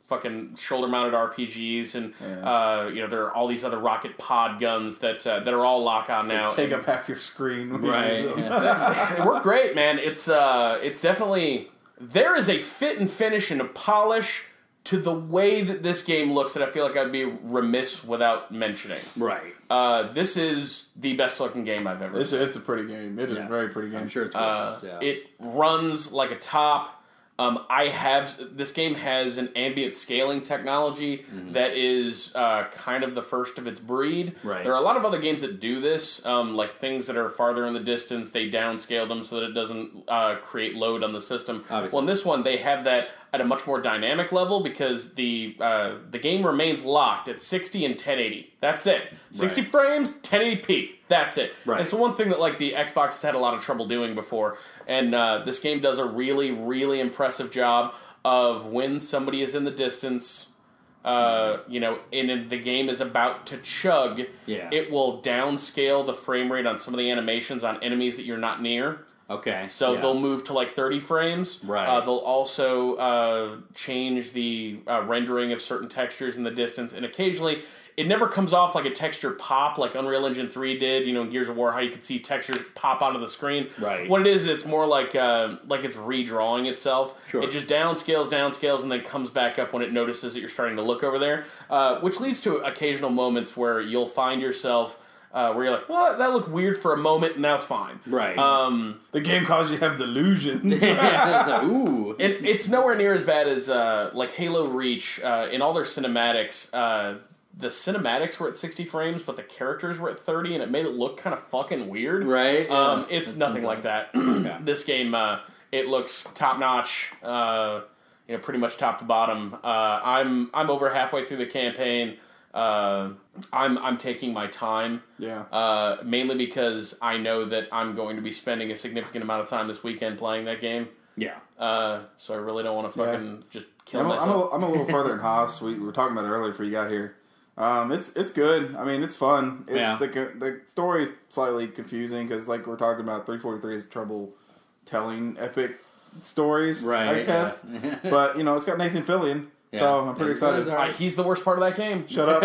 Speaker 1: fucking shoulder mounted RPGs and uh, you know there are all these other rocket pod guns that uh, that are all lock on now.
Speaker 5: take up half your screen. when you
Speaker 2: Oh, right.
Speaker 5: use them.
Speaker 1: They work great, man. It's uh, it's definitely there is a fit and finish and a polish to the way that this game looks that I feel like I'd be remiss without mentioning.
Speaker 2: Right.
Speaker 1: Uh, this is the best looking game I've ever.
Speaker 5: It's a, it's a pretty game. It is
Speaker 2: Yeah.
Speaker 5: a very pretty game.
Speaker 2: I'm sure it's
Speaker 1: Uh,
Speaker 2: gorgeous, yeah.
Speaker 1: It runs like a top. Um, I have this game has an ambient scaling technology
Speaker 2: Mm-hmm.
Speaker 1: that is uh, kind of the first of its breed.
Speaker 2: Right.
Speaker 1: There are a lot of other games that do this, um, like things that are farther in the distance. They downscale them so that it doesn't uh, create load on the system.
Speaker 2: Obviously.
Speaker 1: Well, in this one, they have that at a much more dynamic level because the uh, the game remains locked at 60 and 1080. That's it. 60
Speaker 2: Right.
Speaker 1: frames, 1080p. That's it.
Speaker 2: Right.
Speaker 1: It's the one thing that like the Xbox has had a lot of trouble doing before, and uh, this game does a really, really impressive job of when somebody is in the distance. Uh, you know, and if the game is about to chug,
Speaker 2: Yeah.
Speaker 1: it will downscale the frame rate on some of the animations on enemies that you're not near.
Speaker 2: okay.
Speaker 1: So
Speaker 2: yeah.
Speaker 1: they'll move to like 30 frames.
Speaker 2: Right.
Speaker 1: Uh, they'll also uh, change the uh, rendering of certain textures in the distance, and occasionally it never comes off like a texture pop like Unreal Engine 3 did. You know, in Gears of War, how you could see textures pop out of the screen.
Speaker 2: Right.
Speaker 1: What it is, it's more like uh, like it's redrawing itself.
Speaker 2: Sure.
Speaker 1: It just downscales, downscales, and then comes back up when it notices that you're starting to look over there, uh, which leads to occasional moments where you'll find yourself. Uh, where you're like, well, that looked weird for a moment, and now it's fine.
Speaker 2: Right.
Speaker 1: Um,
Speaker 5: The game causes you to have delusions.
Speaker 2: It's like, ooh.
Speaker 1: it, it's nowhere near as bad as uh, like Halo Reach. Uh, in all their cinematics, uh, the cinematics were at 60 frames, but the characters were at 30, and it made it look kind of fucking weird.
Speaker 2: Right?
Speaker 1: Um,
Speaker 2: Yeah.
Speaker 1: it's
Speaker 2: That
Speaker 1: nothing like
Speaker 2: sounds
Speaker 1: that.
Speaker 2: Yeah.
Speaker 1: This game, uh, it looks top notch. Uh, you know, pretty much top to bottom. Uh, I'm I'm over halfway through the campaign. Uh, I'm I'm taking my time.
Speaker 5: Yeah.
Speaker 1: Uh, mainly because I know that I'm going to be spending a significant amount of time this weekend playing that game.
Speaker 2: Yeah.
Speaker 1: Uh, so I really don't want to fucking just kill
Speaker 5: I'm a,
Speaker 1: myself.
Speaker 5: I'm, a, I'm a little further in Haas. We, we were talking about it earlier before you got here. Um, it's it's good. I mean, it's fun. It's,
Speaker 2: Yeah.
Speaker 5: The co- the story is slightly confusing because like we're talking about 343 is trouble telling epic stories,
Speaker 2: Right,
Speaker 5: I guess. but you know, it's got Nathan Fillion, so
Speaker 2: Yeah.
Speaker 5: I'm pretty
Speaker 2: Nathan Fillion's
Speaker 5: excited.
Speaker 2: all
Speaker 1: Uh, he's the worst part of that game.
Speaker 5: Shut up!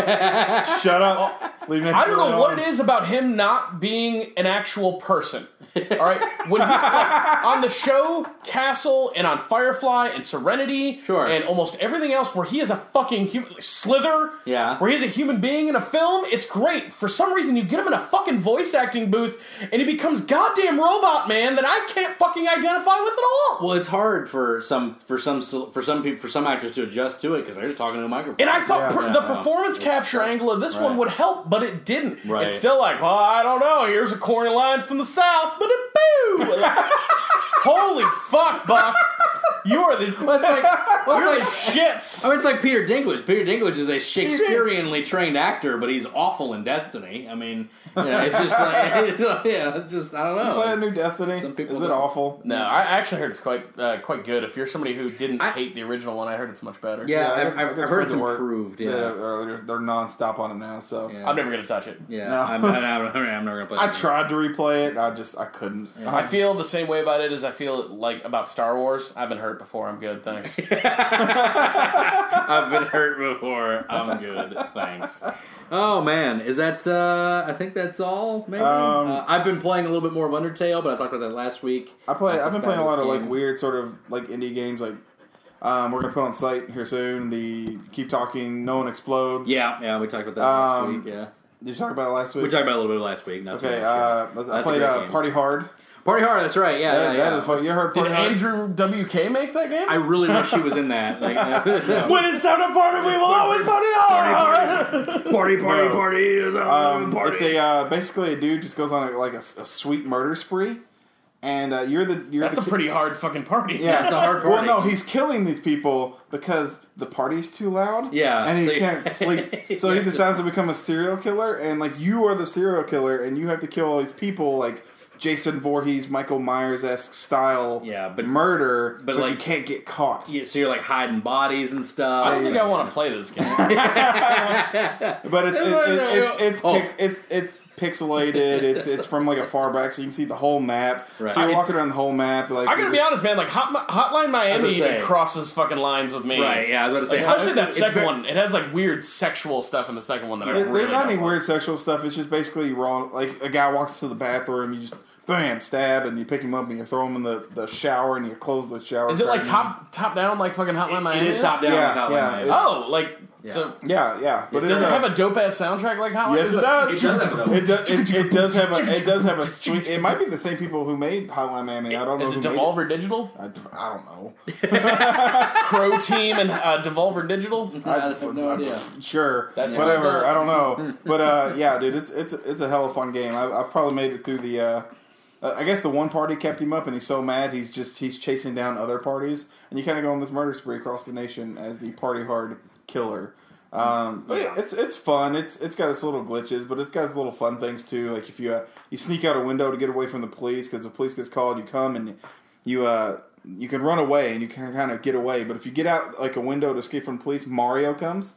Speaker 5: Shut
Speaker 2: Oh,
Speaker 5: up! Leave Nathan
Speaker 1: I don't know
Speaker 5: Fillion
Speaker 1: what
Speaker 5: alone.
Speaker 1: it is about him not being an actual person. All right, when he, like, on the show Castle and on Firefly and Serenity,
Speaker 2: Sure.
Speaker 1: and almost everything else, where he is a fucking human Slither,
Speaker 2: Yeah.
Speaker 1: where he's a human being in a film, it's great. For some reason, you get him in a fucking voice acting booth, and he becomes goddamn robot man that I can't fucking identify with at all.
Speaker 2: Well, it's hard for some for some for some people for some actors to adjust to it because they're just talking to a microphone.
Speaker 1: And I thought
Speaker 5: Yeah,
Speaker 1: per-
Speaker 2: yeah,
Speaker 1: the
Speaker 2: yeah.
Speaker 1: performance capture angle of this one would help, but it didn't.
Speaker 2: Right.
Speaker 1: It's still like, well, I don't know. Here's a corny line from the south, but it boo. Holy fuck, Buck! You are the
Speaker 2: Well, it's like, well,
Speaker 1: you're
Speaker 2: it's
Speaker 1: the
Speaker 2: like
Speaker 1: shits.
Speaker 2: I mean, it's like Peter Dinklage. Peter Dinklage is a Shakespeareanly trained actor, but he's awful in Destiny. I mean, you know, it's just like, yeah, it's just I don't
Speaker 5: Play a
Speaker 2: know.
Speaker 5: new Destiny.
Speaker 2: Some people
Speaker 5: is it
Speaker 2: don't.
Speaker 5: awful?
Speaker 1: No, I actually heard it's quite uh, quite good. If you're somebody who didn't hate the original one, I heard it's much better.
Speaker 2: Yeah,
Speaker 5: I
Speaker 2: I've,
Speaker 5: guess- I
Speaker 2: I've,
Speaker 5: guess
Speaker 2: I've heard
Speaker 5: for
Speaker 2: it's
Speaker 5: the work,
Speaker 2: improved. Yeah,
Speaker 5: They, are they're, they're nonstop on it now. So
Speaker 2: yeah.
Speaker 1: I'm never gonna touch it.
Speaker 2: Yeah,
Speaker 5: No.
Speaker 2: I'm, I'm, not- I'm not gonna play.
Speaker 5: I
Speaker 2: that.
Speaker 5: tried to replay it. I just I couldn't.
Speaker 1: I feel the same way about it as I feel like about Star Wars. I've been hurt before. I'm good, thanks.
Speaker 2: I've been hurt before. I'm good. Thanks. Oh man, is that? Uh, I think that's all. Maybe
Speaker 5: Um,
Speaker 2: uh, I've been playing a little bit more of Undertale, but I talked about that last week.
Speaker 5: I play.
Speaker 2: That's
Speaker 5: I've been playing a
Speaker 2: fabulous
Speaker 5: lot of like
Speaker 2: game.
Speaker 5: weird sort of like indie games. Like um, we're gonna put on site here soon. The keep talking. No one explodes.
Speaker 2: Yeah, yeah, we talked about that
Speaker 5: Um,
Speaker 2: last week. Yeah,
Speaker 5: Did you talk about it last week?
Speaker 2: we talked about it a little bit last week. Not too
Speaker 5: okay.
Speaker 2: much,
Speaker 5: Uh,
Speaker 2: yeah.
Speaker 5: let's- I
Speaker 2: That's a
Speaker 5: played
Speaker 2: great
Speaker 5: uh,
Speaker 2: game.
Speaker 5: Party Hard.
Speaker 2: Party Hard. That's right. Yeah, yeah,
Speaker 5: That-
Speaker 2: yeah.
Speaker 5: that is fun. You heard
Speaker 1: Did
Speaker 5: Party Hard?
Speaker 1: Andrew WK make that game?
Speaker 2: I really wish he was in that. Like, uh,
Speaker 1: when it's time to party, we will always party hard.
Speaker 2: party, party,
Speaker 5: No.
Speaker 2: party is a
Speaker 5: Um,
Speaker 2: party.
Speaker 5: it's a uh, basically a dude just goes on a, like a, s- a sweet murder spree, and uh, you're the you're
Speaker 1: That's
Speaker 5: the
Speaker 1: a pretty hard fucking party.
Speaker 5: Yeah,
Speaker 2: it's a hard party.
Speaker 5: Well, no, he's killing these people because the party's too loud.
Speaker 2: Yeah,
Speaker 5: and he
Speaker 2: so you-
Speaker 5: can't sleep, so he decides to become a serial killer. And like, you are the serial killer, and you have to kill all these people, like Jason Voorhees, Michael Myers esque style.
Speaker 2: Yeah, but-
Speaker 5: murder, but,
Speaker 2: but,
Speaker 5: you
Speaker 2: like-
Speaker 5: can't get caught.
Speaker 2: yeah, so you're like hiding bodies and stuff.
Speaker 1: I don't think I want to play this game.
Speaker 5: But it's it's it's, it's,
Speaker 2: Oh.
Speaker 5: pix, it's it's pixelated. It's it's from like a far back, so you can see the whole map.
Speaker 2: Right.
Speaker 5: So you're
Speaker 2: It's-
Speaker 5: walking around the whole map. Like
Speaker 1: I gotta be honest, man. Like Hot, Hotline Miami
Speaker 2: I was gonna
Speaker 1: even
Speaker 2: say.
Speaker 1: crosses fucking lines with me.
Speaker 2: Right, yeah, I was about to say.
Speaker 1: Like, especially
Speaker 2: it's-
Speaker 1: that
Speaker 2: it's
Speaker 1: second
Speaker 2: very-
Speaker 1: one. It has like weird sexual stuff in the second one that I
Speaker 5: There-
Speaker 1: really
Speaker 5: there's not
Speaker 1: don't
Speaker 5: any
Speaker 1: like.
Speaker 5: weird sexual stuff. It's just basically raw. Like a guy walks to the bathroom, you just bam stab, and you pick him up and you throw him in the, the shower and you close the shower.
Speaker 1: Is it like
Speaker 5: curtain.
Speaker 1: top top down like fucking Hotline Miami?
Speaker 2: It is top down
Speaker 5: Yeah,
Speaker 2: without
Speaker 5: yeah,
Speaker 2: Lemon.
Speaker 5: it's-
Speaker 1: Oh, like so.
Speaker 5: Yeah, yeah. But
Speaker 1: Does it
Speaker 5: is
Speaker 1: have a dope ass soundtrack like Hotline?
Speaker 5: Yes,
Speaker 1: Is
Speaker 5: it does.
Speaker 2: does have a dope-
Speaker 5: It does. It, it does have a. It does have a sweet. It might be the same people who made Hotline Miami. I don't know.
Speaker 1: Is
Speaker 5: who
Speaker 1: it
Speaker 5: made
Speaker 1: Devolver Digital?
Speaker 5: I, I don't know.
Speaker 1: Pro Team and uh, Devolver Digital?
Speaker 2: I have no idea.
Speaker 5: Sure,
Speaker 1: That's
Speaker 5: whatever.
Speaker 1: fucked
Speaker 5: I don't know, but uh, yeah, dude, it's it's it's a hell of a fun game. I've, I've probably made it through the. Uh, uh, I guess the one party kept him up, and he's so mad he's just he's chasing down other parties, and you kind of go on this murder spree across the nation as the party hard killer. Um, but yeah, it's it's fun. It's it's got its little glitches, but it's got its little fun things too. Like if you uh, you sneak out a window to get away from the police because the police gets called, you come and you uh you can run away and you can kind of get away. But if you get out like a window to escape from police, Mario comes.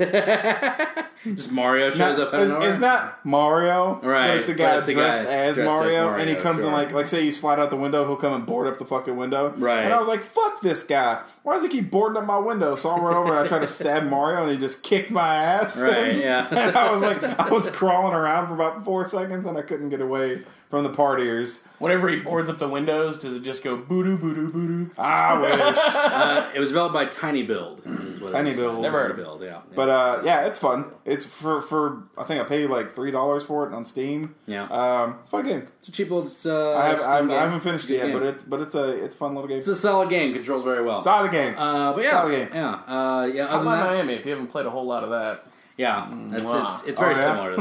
Speaker 2: Just Mario shows
Speaker 5: Not-
Speaker 2: up out of
Speaker 5: it's,
Speaker 2: nowhere.
Speaker 5: it's not Mario. but
Speaker 2: Right,
Speaker 5: It's a
Speaker 2: but
Speaker 5: guy
Speaker 2: it's a guy
Speaker 5: dressed, as,
Speaker 2: dressed as
Speaker 5: Mario,
Speaker 2: Mario,
Speaker 5: and he comes
Speaker 2: sure.
Speaker 5: in like like say you slide out the window, he'll come and board up the fucking window.
Speaker 2: Right.
Speaker 5: And I was like, fuck this guy. Why does he keep boarding up my window? So I run over and I tried to stab Mario and he just kicked my ass.
Speaker 2: Right,
Speaker 5: And-
Speaker 2: yeah.
Speaker 5: and I was like I was crawling around for about four seconds and I couldn't get away from the partiers.
Speaker 1: Whenever he boards up the windows, does it just go boo doo boo doo boo doo?
Speaker 5: I wish.
Speaker 2: Uh, it was developed by Tiny Build. is what it
Speaker 5: Tiny
Speaker 2: was.
Speaker 5: Build.
Speaker 1: Never heard of it.
Speaker 2: Build, yeah.
Speaker 5: But uh, yeah, it's fun. It's for for I think I paid like three dollars for it on Steam.
Speaker 2: Yeah.
Speaker 5: Um, it's a fun game.
Speaker 2: it's a cheap little. it's, Uh,
Speaker 5: I, have,
Speaker 2: Steam
Speaker 5: I, haven't,
Speaker 2: game.
Speaker 5: I haven't finished
Speaker 2: Good
Speaker 5: it yet,
Speaker 2: game.
Speaker 5: but it's but it's a it's a fun little game.
Speaker 2: it's a solid game. Controls very well.
Speaker 5: Solid game.
Speaker 2: Uh, but yeah,
Speaker 5: Solid game.
Speaker 2: yeah, uh, yeah.
Speaker 1: Hotline
Speaker 2: Other than that,
Speaker 1: Miami. If you haven't played a whole lot of that,
Speaker 2: Yeah, that's,
Speaker 1: Mwah.
Speaker 2: it's, it's very
Speaker 5: Oh, yeah?
Speaker 2: similar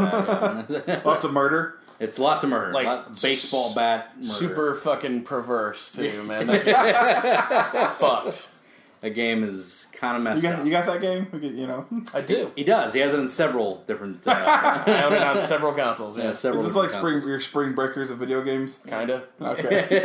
Speaker 2: to that. yeah.
Speaker 5: Lots of murder.
Speaker 2: it's lots of murder,
Speaker 1: Like,
Speaker 2: lot- baseball bat, murder.
Speaker 1: Super fucking perverse too, man. That fucked.
Speaker 2: The game is kind of
Speaker 5: You
Speaker 2: messed
Speaker 5: got
Speaker 2: up.
Speaker 5: you got that game? We could, you know,
Speaker 1: I do.
Speaker 2: he does. He has it in several different. Uh,
Speaker 1: I own it on several consoles.
Speaker 2: yeah,
Speaker 1: Yeah,
Speaker 2: several
Speaker 5: is this like
Speaker 2: different
Speaker 5: spring
Speaker 2: consoles.
Speaker 5: your spring breakers of video games?
Speaker 1: kinda.
Speaker 5: Okay.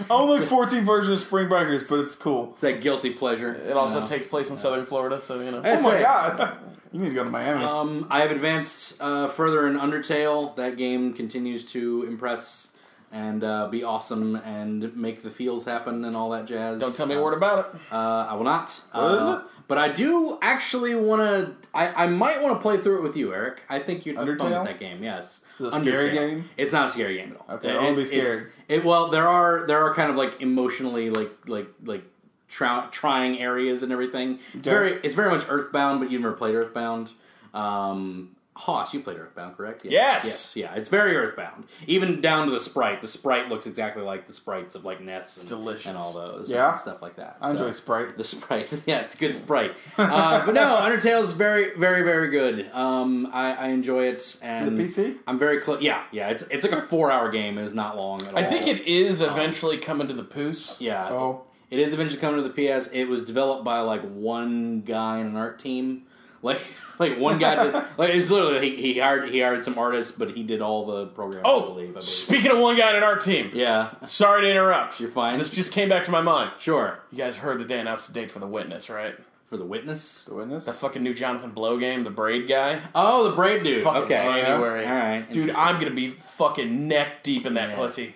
Speaker 5: Only 14 version of Spring Breakers, but it's cool.
Speaker 2: It's that guilty pleasure.
Speaker 1: It also
Speaker 2: No.
Speaker 1: takes place in Southern Florida, so you know.
Speaker 5: Oh
Speaker 2: That's
Speaker 5: my
Speaker 2: it.
Speaker 5: god. You need to go to Miami.
Speaker 2: Um, I have advanced uh, further in Undertale. That game continues to impress and uh, be awesome and make the feels happen and all that jazz.
Speaker 1: Don't tell me a word about it.
Speaker 2: Uh, I will not.
Speaker 5: What Oh, is
Speaker 2: Uh,
Speaker 5: it?
Speaker 2: But I do actually want to. I, I might want to play through it with you, Eric. I think you'd have fun
Speaker 5: Undertale?
Speaker 2: with that game. Yes,
Speaker 5: Is it a scary game?
Speaker 2: It's not a scary game at all.
Speaker 5: Okay,
Speaker 2: It-
Speaker 5: I won't be
Speaker 2: it's- it's-
Speaker 5: scared.
Speaker 2: It well, there are there are kind of like emotionally like like like trou- trying areas and everything. It's
Speaker 5: Okay.
Speaker 2: very it's very much Earthbound, but you've never played Earthbound. Um, Hoss, you played Earthbound, correct? Yeah.
Speaker 1: Yes.
Speaker 2: Yes. Yeah. It's very Earthbound, even down to the sprite. The sprite looks exactly like the sprites of like Ness and,
Speaker 1: delicious.
Speaker 2: and all those
Speaker 5: Yeah.
Speaker 2: and stuff like that.
Speaker 5: I enjoy
Speaker 2: So-
Speaker 5: Sprite.
Speaker 2: the Sprite. Yeah, it's good Sprite. Uh, but no, Undertale's very, very, very good. Um, I, I enjoy it. And
Speaker 5: The PC?
Speaker 2: I'm very close. Yeah, yeah. It's it's like a four hour game. It is not long at all.
Speaker 1: I think it is eventually coming to the poos.
Speaker 2: Yeah.
Speaker 5: Oh.
Speaker 2: It is eventually coming to the PS. It was developed by like one guy in an art team. Like like one guy did like it's literally he, he hired he hired some artists, but he did all the programming. I believe. I
Speaker 1: Oh,
Speaker 2: believe.
Speaker 1: speaking of one guy in our team.
Speaker 2: yeah,
Speaker 1: Sorry to interrupt.
Speaker 2: You're fine.
Speaker 1: This just came back to my mind.
Speaker 2: sure.
Speaker 1: You guys heard that they announced the date for The Witness, right?
Speaker 2: For the witness.
Speaker 5: The Witness?
Speaker 1: The fucking new Jonathan Blow game, the Braid guy.
Speaker 2: Oh, the braid dude.
Speaker 1: Fucking
Speaker 2: okay.
Speaker 1: January.
Speaker 2: All right.
Speaker 1: Dude, I'm gonna be fucking neck deep in that
Speaker 2: Yeah.
Speaker 1: pussy.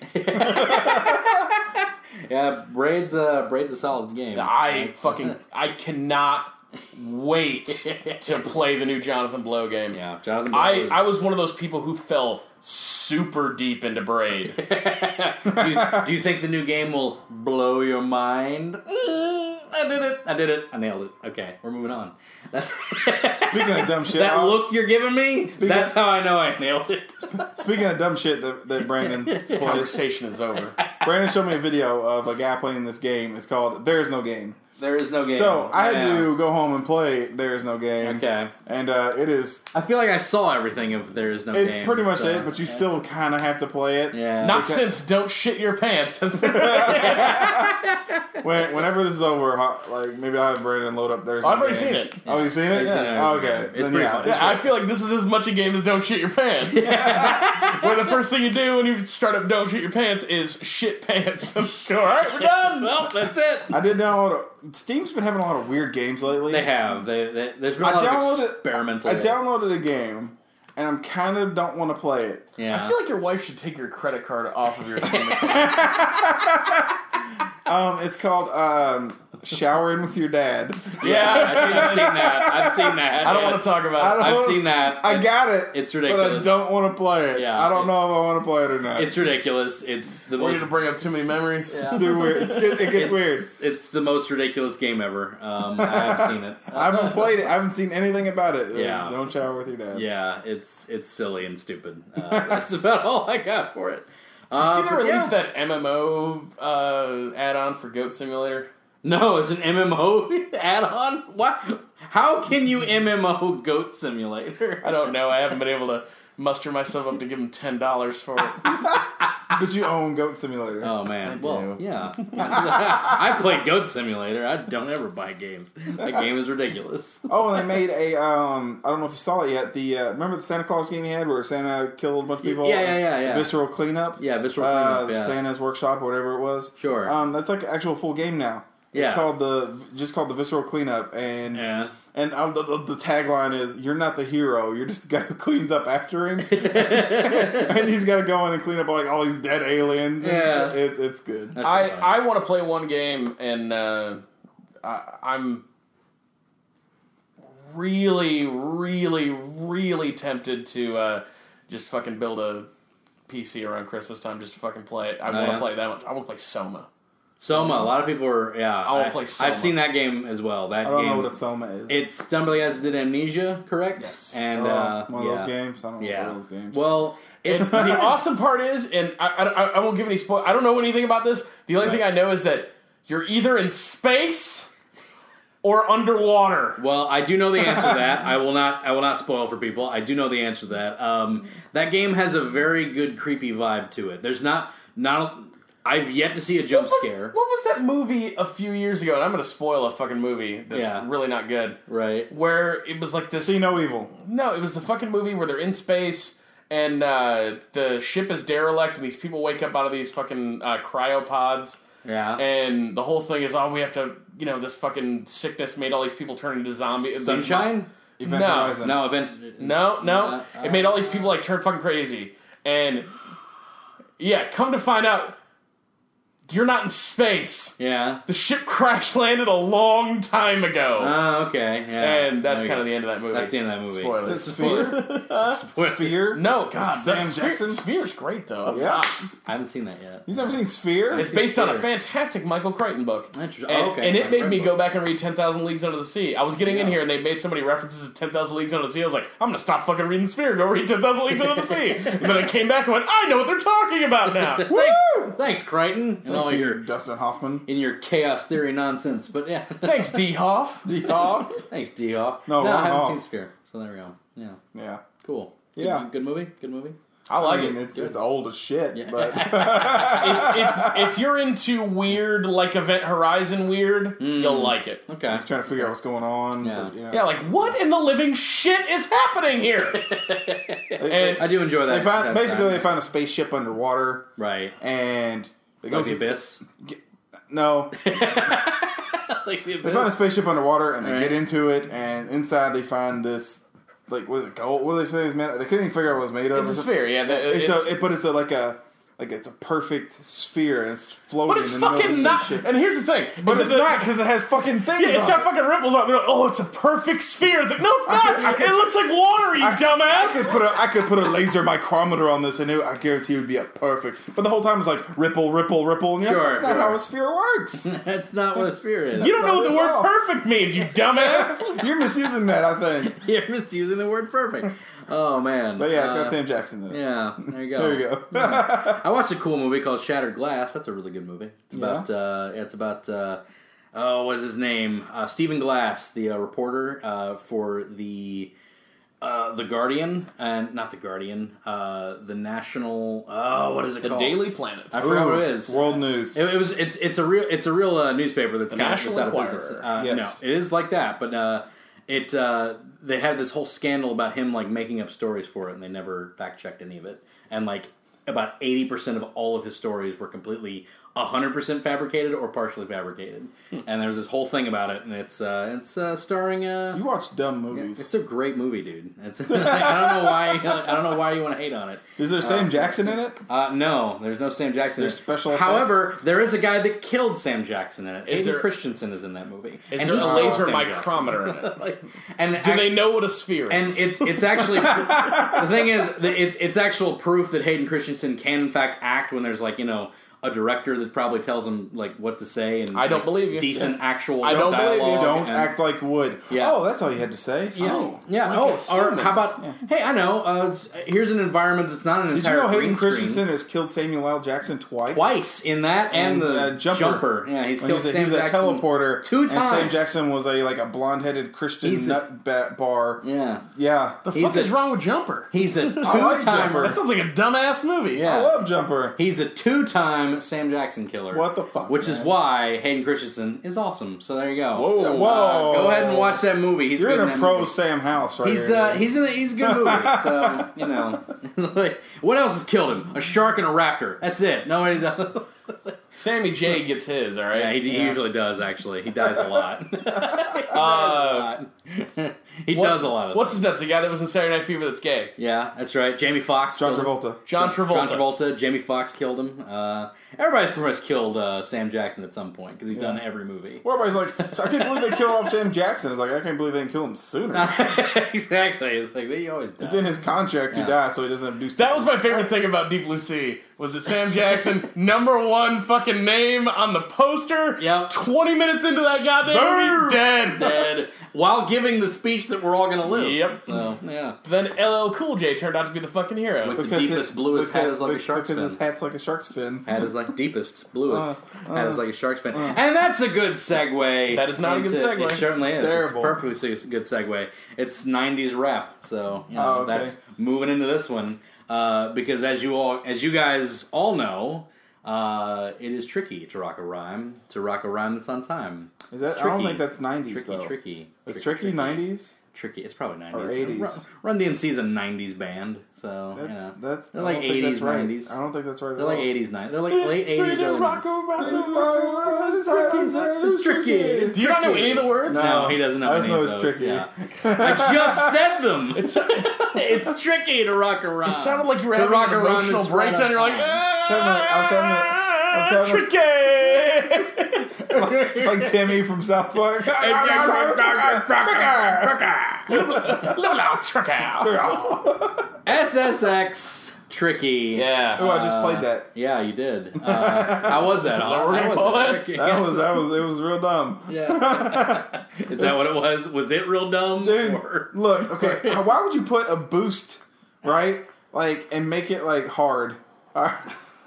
Speaker 2: Yeah, Braid's a Braid's a solid game.
Speaker 1: I fucking I cannot wait to play the new Jonathan Blow game.
Speaker 2: yeah, Jonathan.
Speaker 1: I,
Speaker 2: Blow
Speaker 1: I was one of those people who fell super deep into Braid.
Speaker 2: do, you, do you think the new game will blow your mind? Mm, I did it. I did it. I nailed it. Okay, we're moving on. That,
Speaker 5: Speaking of dumb shit, uh,
Speaker 2: that
Speaker 5: I'll-
Speaker 2: look you're giving me—that's how I know I nailed it.
Speaker 5: speaking of dumb shit that, that Brandon plays,
Speaker 1: Conversation is over.
Speaker 5: Brandon showed me a video of a guy playing this game. It's called There Is No Game.
Speaker 2: There is no game.
Speaker 5: So I had
Speaker 2: Yeah.
Speaker 5: to go home and play There Is No Game.
Speaker 2: Okay.
Speaker 5: And uh, it is,
Speaker 2: I feel like I saw everything of there is no.
Speaker 5: it's
Speaker 2: game,
Speaker 5: pretty much
Speaker 2: so-
Speaker 5: it, but you still kind of have to play it.
Speaker 2: yeah.
Speaker 1: Not
Speaker 5: Okay.
Speaker 1: since don't shit your pants.
Speaker 5: When, whenever this is over, ho- like maybe I'll have Brandon load up There's
Speaker 1: I've
Speaker 5: No
Speaker 1: already
Speaker 5: Game.
Speaker 1: seen it.
Speaker 5: Oh, you've seen it?
Speaker 2: I've seen it.
Speaker 5: Oh, okay.
Speaker 2: It's pretty fun.
Speaker 5: yeah.
Speaker 1: I feel like this is as much a game as don't shit your pants. Where the first thing you do when you start up don't shit your pants is shit pants. All right, we're done.
Speaker 2: Well, that's it.
Speaker 5: I did download. A, Steam's been having a lot of weird games lately.
Speaker 2: They have. They, they, there's been a
Speaker 5: I
Speaker 2: lot of
Speaker 5: downloaded-
Speaker 2: experimental.
Speaker 5: I downloaded a game, and I'm kind of don't want to play it.
Speaker 2: Yeah.
Speaker 1: I feel like your wife should take your credit card off of your Steam account.
Speaker 5: Um, it's called um, "Showering with Your Dad."
Speaker 2: Yeah, I've seen, I've seen that. I've seen that.
Speaker 1: I don't want to talk
Speaker 5: I
Speaker 1: about
Speaker 5: don't
Speaker 1: it.
Speaker 2: I've
Speaker 5: wanna-
Speaker 2: seen that.
Speaker 5: I got it.
Speaker 2: It's
Speaker 5: but
Speaker 2: ridiculous.
Speaker 5: I don't want to play it.
Speaker 2: Yeah.
Speaker 5: I don't know if I want to play it or not.
Speaker 2: It's ridiculous. It's the
Speaker 1: We're
Speaker 2: most.
Speaker 1: going to bring up too many memories.
Speaker 5: It's too weird. It's get- it gets
Speaker 2: it's,
Speaker 5: weird.
Speaker 2: It's the most ridiculous game ever. Um, I've seen it.
Speaker 5: I haven't played it. I haven't seen anything about it.
Speaker 2: Yeah.
Speaker 5: Don't shower with your dad.
Speaker 2: Yeah, it's it's silly and stupid. Uh, that's about all I got for it. Uh,
Speaker 1: Did you see
Speaker 2: but
Speaker 1: they
Speaker 2: yeah.
Speaker 1: released that MMO uh, add-on for Goat Simulator?
Speaker 2: No, it's an MMO add-on. What? How can you MMO Goat Simulator?
Speaker 1: I don't know. I haven't been able to muster myself up to give them ten dollars for it.
Speaker 5: But you own Goat Simulator.
Speaker 2: Oh man.
Speaker 1: I
Speaker 2: well,
Speaker 1: do.
Speaker 2: yeah. I played Goat Simulator. I don't ever buy games. That game is ridiculous.
Speaker 5: Oh, and they made a. Um, I don't know if you saw it yet. The uh, remember the Santa Claus game you had where Santa killed a bunch of people.
Speaker 2: yeah, yeah, yeah, yeah.
Speaker 5: Visceral cleanup.
Speaker 2: Yeah, visceral
Speaker 5: uh,
Speaker 2: cleanup, yeah.
Speaker 5: Santa's workshop or whatever it was.
Speaker 2: Sure.
Speaker 5: Um, that's like an actual full game now.
Speaker 2: Yeah.
Speaker 5: It's called the just called the visceral cleanup and
Speaker 2: Yeah.
Speaker 5: and um, the, the, the tagline is you're not the hero you're just the guy who cleans up after him and he's got to go in and clean up like all these dead aliens. and
Speaker 2: Yeah.
Speaker 5: shit. It's it's good.
Speaker 2: That's
Speaker 1: I
Speaker 2: fine.
Speaker 1: I want to play one game, and uh, I, I'm really, really, really tempted to uh, just fucking build a PC around Christmas time just to fucking play it. I want to
Speaker 2: yeah?
Speaker 1: play that much. I want to play Soma.
Speaker 2: Soma. A lot of people are. Yeah, I
Speaker 1: wanna play Soma.
Speaker 2: I've seen that game as well. That
Speaker 5: I don't
Speaker 2: game.
Speaker 5: know what a soma is.
Speaker 2: it's done by the guys that did Amnesia, correct?
Speaker 1: Yes.
Speaker 2: And
Speaker 5: Oh,
Speaker 2: uh,
Speaker 5: one
Speaker 2: yeah.
Speaker 5: of those games. I don't know
Speaker 2: Yeah.
Speaker 5: one of those games.
Speaker 2: Well, it's
Speaker 1: It's the awesome part is, and I, I, I- I won't give any spoil. I don't know anything about this. The only
Speaker 2: Right.
Speaker 1: thing I know is that you're either in space or underwater.
Speaker 2: Well, I do know the answer to that. I will not. I will not spoil for people. I do know the answer to that. Um, that game has a very good creepy vibe to it. There's not not. I've yet to see a jump
Speaker 1: What was,
Speaker 2: scare.
Speaker 1: what was that movie a few years ago? And I'm going to spoil a fucking movie that's
Speaker 2: Yeah.
Speaker 1: really not good.
Speaker 2: Right.
Speaker 1: Where it was like this.
Speaker 5: See no evil.
Speaker 1: No, it was the fucking movie where they're in space and uh, the ship is derelict and these people wake up out of these fucking uh, cryopods
Speaker 2: Yeah.
Speaker 1: and the whole thing is, oh, we have to, you know, this fucking sickness made all these people turn into zombies.
Speaker 2: Sunshine.
Speaker 5: Event
Speaker 1: No.
Speaker 5: Horizon.
Speaker 2: No event.
Speaker 1: No, no.
Speaker 2: Uh,
Speaker 1: it made all these people like turn fucking crazy. And yeah, come to find out, you're not in space.
Speaker 2: Yeah.
Speaker 1: The ship crash landed a long time ago.
Speaker 2: Oh, okay. Yeah.
Speaker 1: and that's
Speaker 2: There
Speaker 1: kind of
Speaker 2: we
Speaker 1: the end of that movie.
Speaker 2: That's the end of that movie.
Speaker 1: Spoilers.
Speaker 5: Is it Sphere?
Speaker 2: go.
Speaker 5: Sphere?
Speaker 1: No, God,
Speaker 5: Sam
Speaker 1: that's-
Speaker 5: Jackson?
Speaker 1: Sphere's great though. Up
Speaker 5: Yeah.
Speaker 1: top.
Speaker 2: I haven't seen that yet.
Speaker 5: You've never seen Sphere?
Speaker 1: It's based on a
Speaker 2: Sphere.
Speaker 1: fantastic Michael Crichton book.
Speaker 2: Interesting.
Speaker 1: And,
Speaker 2: Oh, okay.
Speaker 1: and it
Speaker 2: Michael
Speaker 1: made me
Speaker 2: Crichton
Speaker 1: go
Speaker 2: book.
Speaker 1: back and read 10,000 Leagues Under the Sea. I was getting in
Speaker 2: Yeah.
Speaker 1: here and they made so many references to 10,000 Leagues Under the Sea. I was like, I'm going to stop fucking reading Sphere, go read 10,000 Leagues Under the Sea. And then I came back and went, I know what they're talking about now. Woo!
Speaker 2: Thanks, thanks, Crichton, and all your
Speaker 5: Dustin Hoffman.
Speaker 2: in your chaos theory nonsense. But yeah.
Speaker 1: Thanks, D. Hoff.
Speaker 5: Dog.
Speaker 2: Thanks, Dio.
Speaker 5: No,
Speaker 2: no I
Speaker 5: wrong
Speaker 2: haven't
Speaker 5: off.
Speaker 2: seen Sphere, so there we go. Yeah.
Speaker 5: Yeah.
Speaker 2: Cool. Good,
Speaker 5: Yeah.
Speaker 2: Good movie. Good movie.
Speaker 1: I like
Speaker 5: I mean,
Speaker 1: it.
Speaker 5: it's, it's old as shit,
Speaker 2: Yeah.
Speaker 5: but
Speaker 1: if, if, if you're into weird, like Event Horizon weird,
Speaker 2: Hmm.
Speaker 1: you'll like it.
Speaker 2: Okay.
Speaker 5: trying to figure out what's going on.
Speaker 2: Yeah.
Speaker 5: but,
Speaker 1: Yeah, like, what in the living shit is happening here? and
Speaker 2: I do enjoy that.
Speaker 5: They find
Speaker 2: that
Speaker 5: basically they
Speaker 2: crime.
Speaker 5: find a spaceship underwater
Speaker 2: right.
Speaker 5: and they go
Speaker 2: Like the
Speaker 5: through-
Speaker 2: abyss.
Speaker 5: No,
Speaker 2: like the
Speaker 5: they
Speaker 2: abyss.
Speaker 5: find a spaceship underwater and they
Speaker 2: Right.
Speaker 5: get into it, and inside they find this like what is it gold? What do they say it was made? Of? They couldn't even figure out what it was made of.
Speaker 1: it's
Speaker 5: or
Speaker 1: a
Speaker 5: something.
Speaker 1: sphere, yeah. the-
Speaker 5: It's,
Speaker 1: it's-
Speaker 5: a it, but it's a like a like it's a perfect sphere and it's floating.
Speaker 1: but it's
Speaker 5: in the middle of
Speaker 1: fucking
Speaker 5: the
Speaker 1: not.
Speaker 5: spaceship.
Speaker 1: And here's the thing.
Speaker 5: But
Speaker 1: is
Speaker 5: it's
Speaker 1: that-
Speaker 5: not because it has fucking things.
Speaker 1: Yeah, it's
Speaker 5: on
Speaker 1: got
Speaker 5: it.
Speaker 1: fucking ripples on it. They're like, oh, it's a perfect sphere. It's like, no, it's not.
Speaker 5: could- I could-
Speaker 1: it looks like water, you
Speaker 5: I- I could
Speaker 1: dumbass.
Speaker 5: put a I could put a laser micrometer on this, and it, I guarantee it would be a perfect. But the whole time it's like ripple, ripple, ripple. And you're like,
Speaker 2: Sure,
Speaker 5: that's
Speaker 2: sure.
Speaker 5: not how a sphere works.
Speaker 2: That's not what a sphere is.
Speaker 1: you don't know what the word
Speaker 5: Well.
Speaker 1: perfect means, you dumbass.
Speaker 5: you're misusing that, I think.
Speaker 2: You're misusing the word perfect. Oh man.
Speaker 5: But yeah, it's
Speaker 2: Uh,
Speaker 5: got Sam Jackson in it.
Speaker 2: yeah. There you go.
Speaker 5: There you go.
Speaker 2: I watched a cool movie called Shattered Glass. That's a really good movie. It's about uh, yeah, it's about uh, oh, what is his name? Uh, Stephen Glass, the uh, reporter uh, for the uh, the Guardian and not the Guardian, uh, the National. Oh, what is it called?
Speaker 1: Planet.
Speaker 2: I forgot what it is.
Speaker 5: World news.
Speaker 2: It, it was it's it's a real it's a real uh, newspaper that's kind of
Speaker 1: National
Speaker 2: that's out of
Speaker 1: Enquirer.
Speaker 2: business. Uh,
Speaker 5: Yes.
Speaker 2: No, it is like that, but uh, it uh, they had this whole scandal about him like making up stories for it, and they never fact checked any of it. And like about eighty percent of all of his stories were completely hundred percent fabricated or partially fabricated. and there was this whole thing about it, and it's uh, it's uh, starring. Uh,
Speaker 5: you watch dumb movies.
Speaker 2: it's a great movie, dude. It's, I don't know why I don't know why you want to hate on it.
Speaker 5: is there
Speaker 2: Um,
Speaker 5: Sam Jackson in it?
Speaker 2: Uh, no, there's no Sam Jackson.
Speaker 5: There's
Speaker 2: in it.
Speaker 5: special effects.
Speaker 2: However, there is a guy that killed Sam Jackson in it.
Speaker 1: Is
Speaker 2: Aiden
Speaker 1: there-
Speaker 2: Christensen is in that movie.
Speaker 1: Is
Speaker 2: And
Speaker 1: there
Speaker 2: he
Speaker 1: a
Speaker 2: killed
Speaker 1: laser
Speaker 2: Sam Jackson.
Speaker 1: micrometer in it?
Speaker 2: Like, and
Speaker 1: Do
Speaker 2: ac-
Speaker 1: they know what a sphere
Speaker 2: And
Speaker 1: is?
Speaker 2: it's it's actually the thing is that it's it's actual proof that Hayden Christensen can in fact act when there's like you know a director that probably tells him like what to say and
Speaker 1: I don't
Speaker 2: like,
Speaker 1: believe you.
Speaker 2: decent actual
Speaker 1: I don't believe
Speaker 2: dialogue
Speaker 1: you.
Speaker 5: Don't
Speaker 2: and-
Speaker 5: act like Wood.
Speaker 2: Yeah.
Speaker 5: Oh, that's all you had to say.
Speaker 2: yeah,
Speaker 5: Oh.
Speaker 2: yeah.
Speaker 1: like
Speaker 2: oh,
Speaker 1: a
Speaker 2: or
Speaker 1: human.
Speaker 2: how about? Hey, I know. Uh, here's an environment that's not an
Speaker 5: Did you
Speaker 2: entire
Speaker 5: know Hayden
Speaker 2: green screen.
Speaker 5: Christensen has killed Samuel L. Jackson twice?
Speaker 2: twice in that and,
Speaker 5: And,
Speaker 2: the
Speaker 5: uh,
Speaker 2: jumper.
Speaker 5: Jumper.
Speaker 2: Yeah, he's
Speaker 5: When he was,
Speaker 2: killed
Speaker 5: a, he
Speaker 2: Sam
Speaker 5: was a
Speaker 2: Jackson
Speaker 5: teleporter.
Speaker 2: two
Speaker 5: and Sam
Speaker 2: times.
Speaker 5: Jackson was a like a blonde-headed Christian
Speaker 2: He's a-
Speaker 5: nut ba- bar.
Speaker 2: Yeah,
Speaker 5: Yeah.
Speaker 1: the
Speaker 2: he's
Speaker 1: fuck is
Speaker 2: a-
Speaker 1: wrong with Jumper?
Speaker 2: he's a
Speaker 5: like
Speaker 2: two-timer.
Speaker 5: Jumper.
Speaker 1: That sounds like a dumbass movie.
Speaker 2: Yeah.
Speaker 5: I love Jumper.
Speaker 2: he's a two-time Sam Jackson killer.
Speaker 5: What the fuck,
Speaker 2: Which is
Speaker 5: man?
Speaker 2: why Hayden Christensen is awesome. So there you go.
Speaker 5: Whoa.
Speaker 2: Uh,
Speaker 5: Whoa.
Speaker 2: go ahead and watch that movie. He's
Speaker 5: You're
Speaker 2: good
Speaker 5: in a
Speaker 2: that
Speaker 5: pro
Speaker 2: movie.
Speaker 5: Sam House right
Speaker 2: He's
Speaker 5: here.
Speaker 2: uh, he's in a, he's a good movie. So you know, like, what else has killed him? A shark and a raptor. That's it. Nobody's.
Speaker 1: Sammy J gets his, all right?
Speaker 2: yeah, he, he usually does. Actually, he dies a lot.
Speaker 1: uh,
Speaker 2: he
Speaker 1: what's-
Speaker 2: does a lot of.
Speaker 1: What's his nuts? The guy that was in Saturday Night Fever that's gay.
Speaker 2: yeah, that's right. Jamie Foxx.
Speaker 5: John
Speaker 2: killed him.
Speaker 5: Travolta.
Speaker 1: John Travolta.
Speaker 2: John Travolta, Jamie Foxx killed him. Uh, everybody's pretty much killed uh, Sam Jackson at some point because he's done every movie.
Speaker 5: Where everybody's like, so I can't believe they killed off Sam Jackson. It's like I can't believe they didn't kill him sooner.
Speaker 2: exactly. It's like they always die.
Speaker 5: It's in his contract
Speaker 2: Yeah.
Speaker 5: to die, so he doesn't have to do.
Speaker 1: That was my favorite thing about Deep Blue Sea was that Sam Jackson, number one fucking name on the poster.
Speaker 2: Yep.
Speaker 1: Twenty minutes into that goddamn
Speaker 2: Burr!
Speaker 1: movie, dead.
Speaker 2: Dead. while giving the speech that we're all going to live.
Speaker 1: Yep.
Speaker 2: So, yeah.
Speaker 1: Then LL Cool J turned out to be the fucking hero.
Speaker 2: With- The deepest, bluest hat is like a shark's
Speaker 5: Because his
Speaker 2: fin.
Speaker 5: hat's like a shark's fin.
Speaker 2: Hat is like deepest, bluest.
Speaker 5: Uh,
Speaker 2: Hat is
Speaker 5: uh,
Speaker 2: like a shark's fin.
Speaker 5: uh.
Speaker 2: and that's a good segue.
Speaker 1: That is not a good segue.
Speaker 2: It certainly is.
Speaker 5: Terrible.
Speaker 2: It's perfectly se- good segue. It's 90s rap. So, you know,
Speaker 5: Oh, okay.
Speaker 2: that's moving into this one. Uh, because as you all, as you guys all know, uh, it is tricky to rock a rhyme, to rock a rhyme that's on time.
Speaker 5: Is that,
Speaker 2: It's
Speaker 5: I don't
Speaker 2: tricky.
Speaker 5: think that's 90s,
Speaker 2: Tricky,
Speaker 5: though.
Speaker 2: tricky.
Speaker 5: It's tricky, 90s?
Speaker 2: tricky. It's probably nineties
Speaker 5: Or 80s.
Speaker 2: Run, Run DMC is a nineties band, so
Speaker 5: That's,
Speaker 2: you know
Speaker 5: that's,
Speaker 2: they're
Speaker 5: I
Speaker 2: like
Speaker 5: don't think that's
Speaker 2: eighties,
Speaker 5: right.
Speaker 2: nineties.
Speaker 5: I don't think that's right
Speaker 2: They're like eighties, nineties. They're like late eighties, early. 90s.
Speaker 5: It's
Speaker 2: tricky.
Speaker 1: Do you not know any of the words?
Speaker 2: No, he doesn't know
Speaker 5: I just
Speaker 2: any
Speaker 5: know
Speaker 2: of
Speaker 5: it's
Speaker 2: those,
Speaker 5: tricky.
Speaker 2: yeah. I just said them. It's, it's tricky to rock a rhyme.
Speaker 1: It sounded like you were
Speaker 2: To
Speaker 1: having
Speaker 2: rock
Speaker 1: an
Speaker 2: a rhyme
Speaker 1: emotional
Speaker 2: that's right
Speaker 1: breakdown.
Speaker 2: on
Speaker 1: You're like,
Speaker 2: time.
Speaker 1: ah,
Speaker 5: I was having
Speaker 1: tricky.
Speaker 5: Like Timmy from South Park.
Speaker 1: Little old tricky.
Speaker 2: SSX tricky.
Speaker 5: Oh,
Speaker 1: Yeah.
Speaker 5: I just played that.
Speaker 2: Yeah, you did. Uh, how was that? How
Speaker 1: we're gonna
Speaker 2: was
Speaker 1: call
Speaker 2: that?
Speaker 1: it?
Speaker 2: Tricky.
Speaker 5: That was that was it was real dumb.
Speaker 2: Yeah. Is that what it was? Was it real dumb?
Speaker 5: Dude,
Speaker 2: Or-
Speaker 5: Look, okay, why would you put a boost, right? Like and make it like hard? Uh,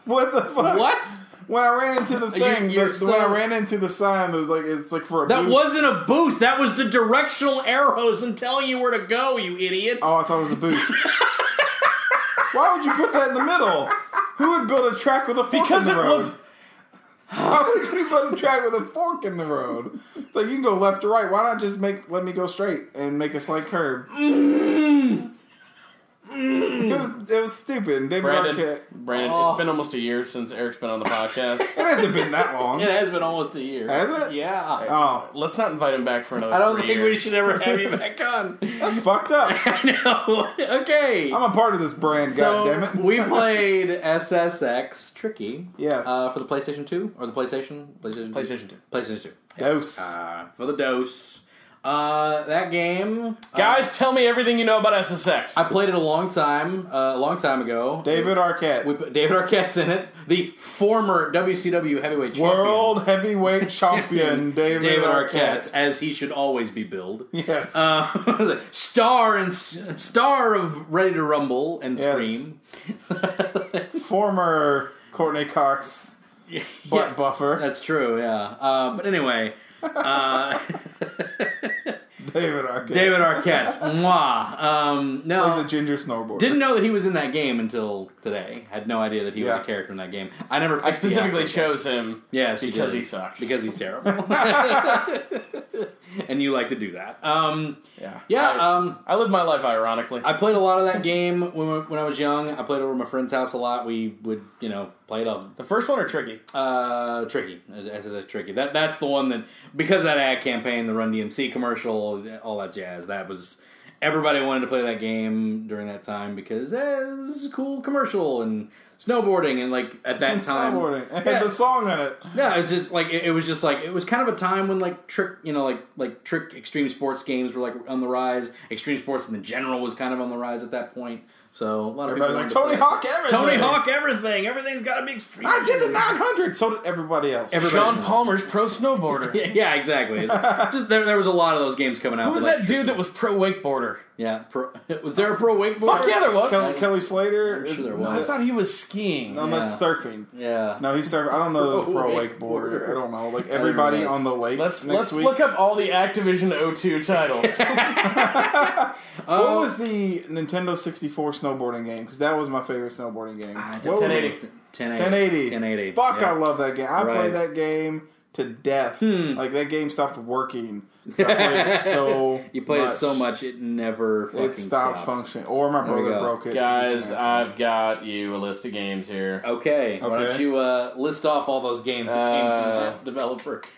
Speaker 5: what the fuck?
Speaker 2: What?
Speaker 5: When I ran into the thing,
Speaker 2: you're
Speaker 5: the- when I
Speaker 2: so-
Speaker 5: ran into the sign, it was like it's like for a
Speaker 2: That
Speaker 5: boost.
Speaker 2: wasn't a boost. That was the directional arrows and telling you where to go, you idiot.
Speaker 5: Oh, I thought it was a boost. Why would you put that in the middle? Who would build a track with a fork
Speaker 1: Because
Speaker 5: in
Speaker 1: it
Speaker 5: the road?
Speaker 1: was.
Speaker 5: Why would you build a track with a fork in the road? It's like you can go left to right. Why not just make let me go straight and make a slight curve?
Speaker 2: Mm.
Speaker 5: It was it was stupid. David
Speaker 1: Brandon,
Speaker 5: Arquette.
Speaker 1: Brandon, it's been almost a year since Eric's been on the podcast.
Speaker 5: It hasn't been that long,
Speaker 2: It has been almost a year.
Speaker 5: has it?
Speaker 2: Yeah.
Speaker 5: Oh,
Speaker 1: Let's not invite him back for another.
Speaker 2: I don't
Speaker 1: three
Speaker 2: think
Speaker 1: years.
Speaker 2: we should ever have you back on.
Speaker 5: that's fucked up.
Speaker 2: no. Okay.
Speaker 5: I'm a part of this brand.
Speaker 2: so
Speaker 5: goddammit. it.
Speaker 2: we played SSX Tricky.
Speaker 5: Yes.
Speaker 2: Uh, for the PlayStation 2 or the PlayStation PlayStation
Speaker 1: PlayStation 2.
Speaker 2: PlayStation 2.
Speaker 5: Dose.
Speaker 2: Uh, for the dose. Uh, that game. uh,
Speaker 1: Guys, tell me everything you know about SSX.
Speaker 2: I played it a long time, uh, a long time ago.
Speaker 5: David Arquette,
Speaker 2: We put David Arquette's in it, the former WCW heavyweight champion.
Speaker 5: world heavyweight champion, David,
Speaker 2: David
Speaker 5: Arquette.
Speaker 2: Arquette, as he should always be billed.
Speaker 5: Yes.
Speaker 2: Uh, star and s- star of Ready to Rumble and
Speaker 5: Yes.
Speaker 2: Scream.
Speaker 5: former Courtney Cox butt
Speaker 2: Yeah,
Speaker 5: buffer,
Speaker 2: that's true. Yeah, uh, but anyway, uh,
Speaker 5: David Arquette.
Speaker 2: David Arquette, mwah. Um,
Speaker 5: plays
Speaker 2: no,
Speaker 5: a ginger snowboarder.
Speaker 2: didn't know that he was in that game until today. Had no idea that he
Speaker 5: Yeah.
Speaker 2: was a character in that game. I never.
Speaker 1: I
Speaker 2: picked the
Speaker 1: specifically
Speaker 2: actor.
Speaker 1: chose him
Speaker 2: Yes, you
Speaker 1: because
Speaker 2: did.
Speaker 1: he sucks.
Speaker 2: Because he's terrible. and you like to do that. Um,
Speaker 1: yeah,
Speaker 2: yeah,
Speaker 1: I,
Speaker 2: um,
Speaker 1: I live my life ironically.
Speaker 2: I played a lot of that game when, when I was young. I played over at my friend's house a lot. We would, you know, play it up.
Speaker 1: the first one are tricky.
Speaker 2: Uh, tricky. As I said, tricky. That that's the one that because of that ad campaign, the Run DMC commercial, all that jazz. That was everybody wanted to play that game during that time because eh, it was a cool commercial and snowboarding and like at that
Speaker 5: And
Speaker 2: time
Speaker 5: snowboarding. And
Speaker 2: Yeah.
Speaker 5: the song on it.
Speaker 2: Yeah, it was just like it, it was just like it was kind of a time when like trick, you know, like like trick extreme sports games were like on the rise. Extreme sports in the general was kind of on the rise at that point. So a lot of
Speaker 5: Everybody's
Speaker 2: people
Speaker 5: like Tony
Speaker 2: wanted to play
Speaker 5: Hawk. Everything.
Speaker 2: Tony Hawk, everything, everything's got to be extreme.
Speaker 5: I did the 900. So did everybody else.
Speaker 2: Everybody-
Speaker 1: Sean Palmer's pro snowboarder.
Speaker 2: Yeah, yeah, exactly. It's just there, there was a lot of those games coming out.
Speaker 1: Who was
Speaker 2: with,
Speaker 1: that
Speaker 2: like,
Speaker 1: dude that was pro wakeboarder?
Speaker 2: Yeah, pro, was there a pro wakeboard?
Speaker 1: Fuck yeah, there was.
Speaker 5: Kelly, Kelly Slater.
Speaker 2: I'm sure there
Speaker 5: is-
Speaker 2: was.
Speaker 1: I thought he was skiing.
Speaker 2: Um,
Speaker 5: No, that's
Speaker 2: Yeah.
Speaker 5: surfing.
Speaker 2: Yeah.
Speaker 5: No, he's surfing. I don't know. Those pro
Speaker 2: Pro
Speaker 5: wakeboarder.
Speaker 2: wakeboarder.
Speaker 5: I don't know. Like everybody
Speaker 2: realize.
Speaker 5: on the lake.
Speaker 1: Let's
Speaker 5: next
Speaker 1: let's
Speaker 5: week.
Speaker 1: look up all the Activision O2 titles.
Speaker 5: What
Speaker 2: Uh,
Speaker 5: was the Nintendo 64 snowboarding game? Because that was my favorite snowboarding game.
Speaker 2: Ah,
Speaker 5: What was it?
Speaker 1: 1080.
Speaker 2: 1080.
Speaker 5: 1080.
Speaker 2: 1080.
Speaker 5: Fuck,
Speaker 2: yeah.
Speaker 5: I love that game. I
Speaker 2: Right. Hmm.
Speaker 5: played that game to death. Like that game stopped working. 'cause I played it so
Speaker 2: You played it so much, it never fucking
Speaker 5: It stopped functioning, or my
Speaker 2: There we
Speaker 5: brother
Speaker 2: go. uh,
Speaker 5: broke it.
Speaker 1: Guys,
Speaker 5: He's an asshole.
Speaker 1: I've got you a list of games here.
Speaker 2: Okay, why don't
Speaker 5: Okay.
Speaker 2: you uh, list off all those games that came
Speaker 1: Uh,
Speaker 2: from that developer?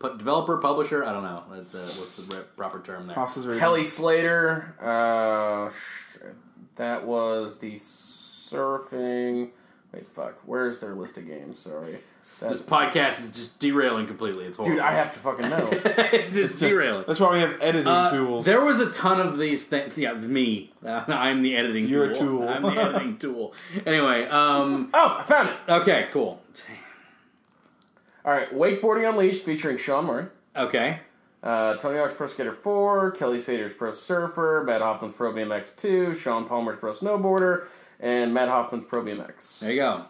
Speaker 2: Put developer, publisher, I don't know. That's, uh, what's the re- proper term there?
Speaker 5: Hoss is reading.
Speaker 1: Kelly Slater. Uh, sh- that was the surfing. Wait, fuck. Where's their list of games? Sorry,
Speaker 2: This podcast is just derailing completely. It's horrible.
Speaker 1: dude. I have to fucking know.
Speaker 2: it's, it's derailing.
Speaker 5: That's why we have editing
Speaker 2: Uh,
Speaker 5: tools.
Speaker 2: There was a ton of these things. Yeah, me. Uh, I'm the editing
Speaker 5: You're a
Speaker 2: tool.
Speaker 5: tool.
Speaker 2: I'm the editing tool. Anyway, um,
Speaker 1: oh, I found it.
Speaker 2: okay, cool.
Speaker 1: All right, wakeboarding unleashed featuring Sean Murray.
Speaker 2: Okay.
Speaker 1: Uh, Tony Hawk's Pro Skater 4, Kelly Sater's Pro Surfer, Matt Hoffman's Pro BMX 2, Sean Palmer's Pro Snowboarder, and Matt Hoffman's Pro BMX.
Speaker 2: There you go.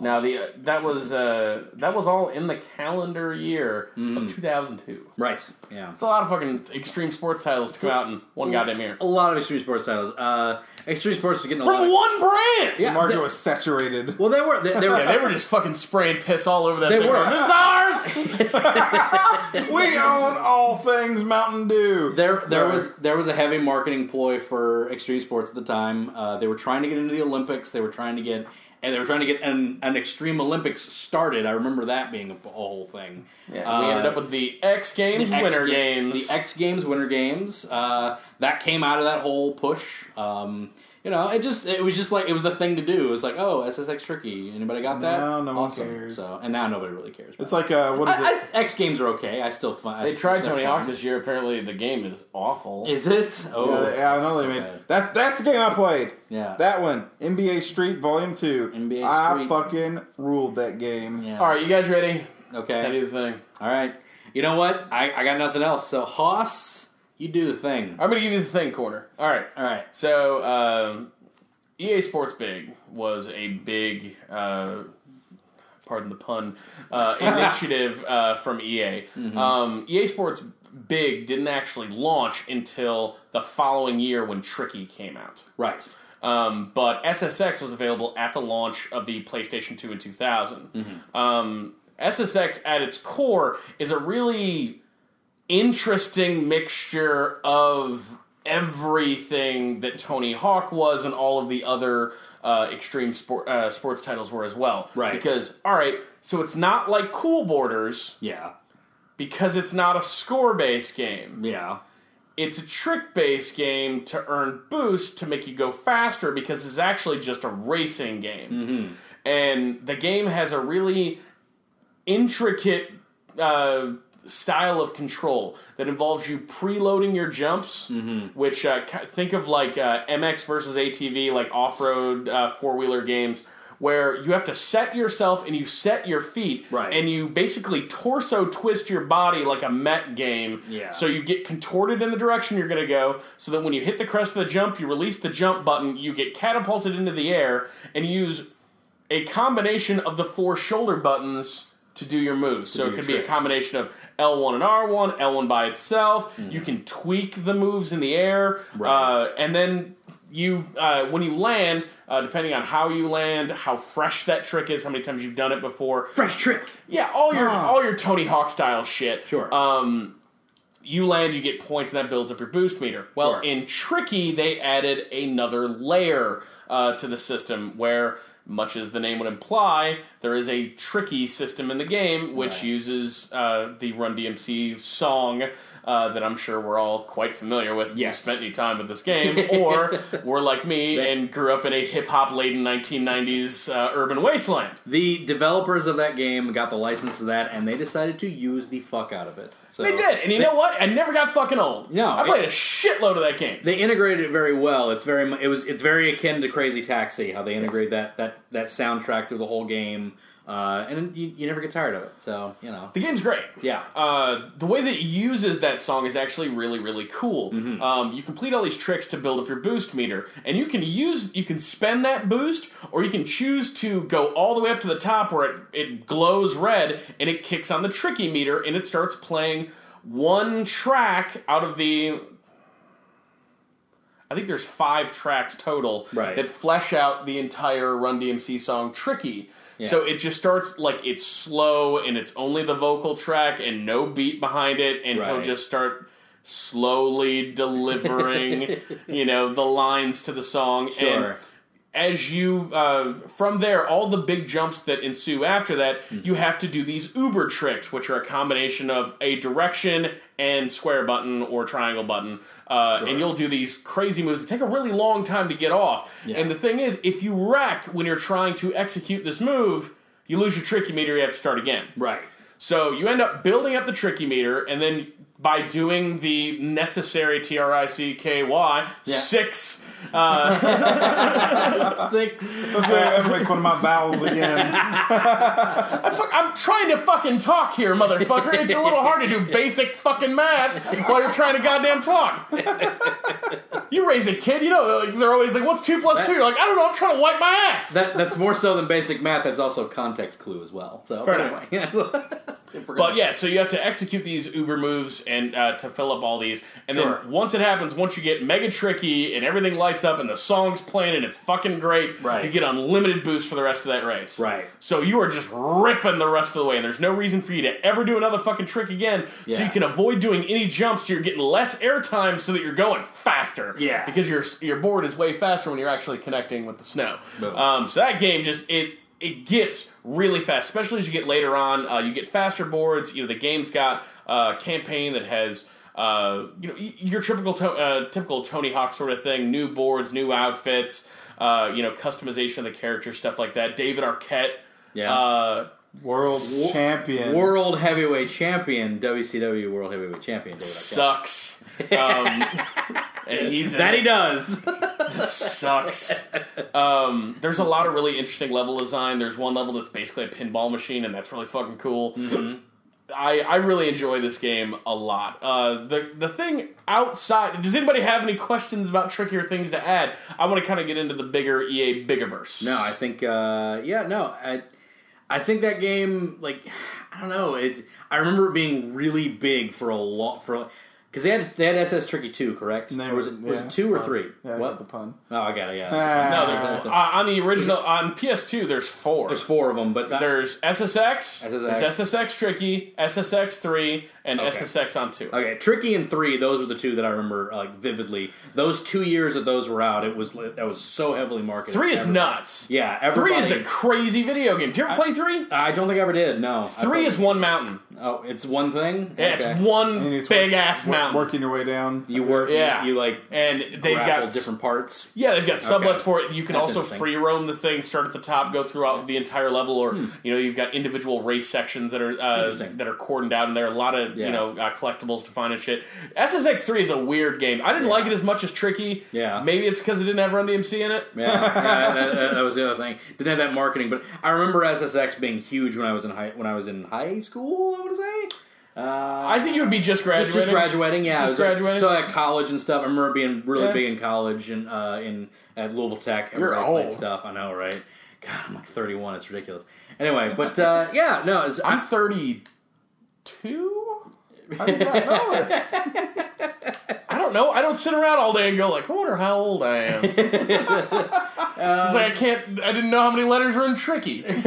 Speaker 1: Now the uh, that was uh, that was all in the calendar year
Speaker 2: Mm-hmm.
Speaker 1: of 2002.
Speaker 2: Right. Yeah.
Speaker 1: It's a lot of fucking extreme sports titles to come out in one goddamn year
Speaker 2: A lot of extreme sports titles. Uh, extreme sports was getting a lot.
Speaker 1: from
Speaker 2: Of,
Speaker 1: one brand.
Speaker 2: yeah.
Speaker 5: The market
Speaker 2: they-
Speaker 5: was saturated.
Speaker 2: well, they were. They, they were.
Speaker 1: Yeah, they were just fucking spraying piss all over that.
Speaker 2: They
Speaker 1: thing.
Speaker 2: were.
Speaker 1: This is ours.
Speaker 5: we own all things Mountain Dew.
Speaker 2: There, there
Speaker 5: Sorry.
Speaker 2: was there was a heavy marketing ploy for extreme sports at the time. Uh, they were trying to get into the Olympics. They were trying to get and they were trying to get an, an extreme Olympics started. I remember that being a, a whole thing.
Speaker 1: Yeah, we
Speaker 2: Uh,
Speaker 1: ended up with the X Games
Speaker 2: the X
Speaker 1: Winter
Speaker 2: Ga-
Speaker 1: Games.
Speaker 2: the X Games Winter Games. Uh, that came out of that whole push. Um, you know, it just it was just like it was the thing to do. It was like, oh, SSX tricky. Anybody got that?
Speaker 5: Now no one cares.
Speaker 2: So, and now nobody really cares.
Speaker 5: It's like uh, what is
Speaker 2: I,
Speaker 5: it?
Speaker 2: I, X Games are okay. I still find
Speaker 1: they tried Tony Hawk this year. Apparently, the game is awful.
Speaker 2: Is it?
Speaker 5: Yeah,
Speaker 2: Oh,
Speaker 5: they- yeah, I know they
Speaker 2: that's
Speaker 5: made
Speaker 2: bad.
Speaker 5: that's that's the game I played.
Speaker 2: Yeah.
Speaker 5: That one, NBA Street Volume Two.
Speaker 2: NBA
Speaker 5: I
Speaker 2: Street.
Speaker 5: fucking ruled that game.
Speaker 2: Yeah.
Speaker 1: all right, you guys ready? Can I
Speaker 2: Okay.
Speaker 1: do the thing?
Speaker 2: All right. You know what? I, I got nothing else. So Hoss, you do the thing.
Speaker 1: I'm gonna give you the thing corner. All right.
Speaker 2: All right.
Speaker 1: So um, EA Sports Big was a big, uh, pardon the pun, uh, initiative uh, from EA.
Speaker 2: Mm-hmm.
Speaker 1: Um, EA Sports Big didn't actually launch until the following year when Tricky came out.
Speaker 2: Right.
Speaker 1: Um, but SSX was available at the launch of the PlayStation 2 in 2000. Um, SSX, at its core, is a really interesting mixture of everything that Tony Hawk was and all of the other uh, extreme sport, uh, sports titles were as well.
Speaker 2: Right.
Speaker 1: Because, all right, so it's not like Cool Borders
Speaker 2: Yeah.
Speaker 1: because it's not a score based game
Speaker 2: Yeah.
Speaker 1: it's a trick based game to earn boost to make you go faster because it's actually just a racing game. And the game has a really intricate uh, style of control that involves you preloading your jumps, which uh, ki- think of like uh, MX versus ATV, like off road uh, four wheeler games. Where you have to set yourself and you set your feet,
Speaker 2: Right.
Speaker 1: and you basically torso twist your body like a Met game,
Speaker 2: Yeah.
Speaker 1: so you get contorted in the direction you're going to go, so that when you hit the crest of the jump, you release the jump button, you get catapulted into the air, and you use a combination of the four shoulder buttons to do your moves. so
Speaker 2: do
Speaker 1: it
Speaker 2: your
Speaker 1: could be a
Speaker 2: tricks.
Speaker 1: combination of L1 and R1, L1 by itself. You can tweak the moves in the air,
Speaker 2: Mm-hmm. Right.
Speaker 1: uh, and then you uh, when you land, uh, depending on how you land, how fresh that trick is, how many times you've done it before,
Speaker 2: Fresh trick.
Speaker 1: yeah, all your
Speaker 5: Ah.
Speaker 1: all your Tony Hawk style shit.
Speaker 2: Sure.
Speaker 1: Um, you land, you get points, and that builds up your boost meter. Well,
Speaker 2: Sure.
Speaker 1: in Tricky, they added another layer uh, to the system where, much as the name would imply, there is a Tricky system in the game which
Speaker 2: Right.
Speaker 1: uses uh, the Run DMC song. Uh, that I'm sure we're all quite familiar with. if
Speaker 2: Yes.
Speaker 1: you spent any time with this game, or were like me and grew up in a hip hop laden 1990s uh, urban wasteland.
Speaker 2: The developers of that game got the license to that, and they decided to use the fuck out of it. So
Speaker 1: They did, and you know what? I never got fucking old.
Speaker 2: No,
Speaker 1: I played
Speaker 2: it-
Speaker 1: a shitload of that game.
Speaker 2: They integrated it very well. It's very mu- it was it's very akin to Crazy Taxi how they integrate that that that soundtrack through the whole game, uh, and you, you never get tired of it. So you know,
Speaker 1: the game's great.
Speaker 2: yeah,
Speaker 1: Uh, the way that it uses that song is actually really, really cool.
Speaker 2: Mm-hmm.
Speaker 1: Um, you complete all these tricks to build up your boost meter, and you can use, you can spend that boost, or you can choose to go all the way up to the top where it, it glows red and it kicks on the tricky meter and it starts playing one track out of the. I think there's five tracks total
Speaker 2: Right.
Speaker 1: that flesh out the entire Run DMC song "Tricky." So it just starts like it's slow and it's only the vocal track and no beat behind it, and he'll
Speaker 2: Right.
Speaker 1: just start slowly delivering, you know, the lines to the song. And
Speaker 2: sure,
Speaker 1: as you uh, from there, all the big jumps that ensue after that,
Speaker 2: Mm-hmm.
Speaker 1: you have to do these Uber tricks, which are a combination of a direction and square button or triangle button, uh, and you'll do these crazy moves that take a really long time to get off.
Speaker 2: Yeah.
Speaker 1: And the thing is, if you wreck when you're trying to execute this move, you lose your tricky meter. You have to start again.
Speaker 2: right.
Speaker 1: So you end up building up the tricky meter, and then by doing the necessary T R I C K Y
Speaker 2: Yeah.
Speaker 1: six. Uh,
Speaker 2: Six.
Speaker 5: That's why I make fun of my vowels again.
Speaker 1: fuck, I'm trying to fucking talk here, motherfucker. It's a little hard to do basic fucking math while you're trying to goddamn talk. You raise a kid, you know, like, they're always like, "What's two plus two? You're like, "I don't know. I'm trying to wipe my ass."
Speaker 2: That, that's more so than basic math. That's also context clue as well. So
Speaker 1: Fair
Speaker 2: anyway,
Speaker 1: enough.
Speaker 2: If we're
Speaker 1: But
Speaker 2: gonna-
Speaker 1: yeah, so you have to execute these Uber moves and uh, to fill up all these, and
Speaker 2: Sure.
Speaker 1: then once it happens, once you get mega tricky and everything lights up and the song's playing and it's fucking great,
Speaker 2: Right.
Speaker 1: you get unlimited boost for the rest of that race.
Speaker 2: Right.
Speaker 1: So you are just ripping the rest of the way, and there's no reason for you to ever do another fucking trick again. So
Speaker 2: Yeah.
Speaker 1: you can avoid doing any jumps. So you're getting less air time, so that you're going faster.
Speaker 2: Yeah.
Speaker 1: Because your your board is way faster when you're actually connecting with the snow.
Speaker 2: Boom.
Speaker 1: Um, so that game just it it gets really fast, especially as you get later on. Uh, you get faster boards. You know the game's got a campaign that has uh, you know y- your typical to- uh, typical Tony Hawk sort of thing: new boards, new outfits, uh, you know customization of the character, stuff like that. David Arquette.
Speaker 2: Yeah.
Speaker 1: Uh,
Speaker 5: World champion.
Speaker 2: world heavyweight champion, WCW world heavyweight champion. David Arquette.
Speaker 1: sucks. Um, and he's in
Speaker 2: that
Speaker 1: it.
Speaker 2: he does.
Speaker 1: sucks. Um, there's a lot of really interesting level design. There's one level that's basically a pinball machine, and that's really fucking cool.
Speaker 2: Mm-hmm.
Speaker 1: I, I really enjoy this game a lot. Uh, the the thing outside. Does anybody have any questions about trickier things to add? I want to kind of get into the bigger EA Bigiverse.
Speaker 2: no, I think. Uh, yeah, no, I, I think that game. Like, I don't know. It. I remember it being really big for a lot for. Because they had they had SS Tricky two, correct?
Speaker 5: Name
Speaker 2: or was it,
Speaker 5: it,
Speaker 2: was
Speaker 5: yeah.
Speaker 2: it two or
Speaker 5: Pun.
Speaker 2: three?
Speaker 5: Yeah, I got
Speaker 2: what?
Speaker 5: the Ah. pun.
Speaker 2: Oh, I got it. Yeah.
Speaker 1: no.
Speaker 2: That's
Speaker 1: There's,
Speaker 2: a-
Speaker 1: uh, on the original on PS2, there's four.
Speaker 2: There's four of them, but that-
Speaker 1: There's SSX,
Speaker 2: SSX.
Speaker 1: there's SSX Tricky, SSX three, and
Speaker 2: Okay.
Speaker 1: SSX on two.
Speaker 2: Okay, Tricky and Three, those were the two that I remember like vividly. Those two years that those were out, it was that was so heavily marketed.
Speaker 1: Three is
Speaker 2: Every-
Speaker 1: nuts.
Speaker 2: Yeah,
Speaker 1: Three
Speaker 2: everybody.
Speaker 1: is a crazy video game. Did you ever play three?
Speaker 2: I don't think I ever did. No,
Speaker 1: Three
Speaker 2: I
Speaker 1: is one mountain.
Speaker 2: Oh, it's one thing.
Speaker 1: Yeah,
Speaker 2: Okay.
Speaker 1: it's one
Speaker 5: And it's
Speaker 1: big
Speaker 5: work-
Speaker 1: ass
Speaker 5: work-
Speaker 1: mountain.
Speaker 5: Working your way down.
Speaker 2: You work.
Speaker 1: Yeah.
Speaker 2: Yeah. You like
Speaker 1: And they've
Speaker 2: grapple
Speaker 1: got
Speaker 2: different parts.
Speaker 1: yeah, they've got sublets
Speaker 2: Okay.
Speaker 1: for it. You can
Speaker 2: That's
Speaker 1: also
Speaker 2: interesting.
Speaker 1: free roam the thing, start at the top, go throughout the entire level, or you know you've got individual race sections that are uh,
Speaker 2: Hmm. Interesting.
Speaker 1: that are cordoned out, and there are a lot of you
Speaker 2: Yeah.
Speaker 1: know uh, collectibles to find and shit. SSX three is a weird game. I didn't like it as much as Tricky.
Speaker 2: Yeah.
Speaker 1: maybe it's because it didn't have Run DMC in it.
Speaker 2: Yeah, yeah that, that, that was the other thing. Didn't have that marketing, but I remember SSX being huge when I was in high when I was in high school. I want to say. Uh,
Speaker 1: I think you would be just
Speaker 2: Just-
Speaker 1: graduating.
Speaker 2: Just graduating,
Speaker 1: Just
Speaker 2: yeah. It was like-
Speaker 1: graduating.
Speaker 2: so at college and stuff, I remember being really
Speaker 1: Yeah.
Speaker 2: big in college and uh, in at Louisville Tech. I
Speaker 5: You're
Speaker 2: remember I played
Speaker 5: old.
Speaker 2: stuff. I know, right? God, I'm like 31. It's ridiculous. Anyway, but uh, yeah, no, it's,
Speaker 1: I'm
Speaker 2: I,
Speaker 1: thirty two.
Speaker 5: I did not know this.
Speaker 1: I don't know. I don't sit around all day and go like, I wonder how old I am. it's like I can't. I didn't know how many letters were in tricky.
Speaker 5: I'm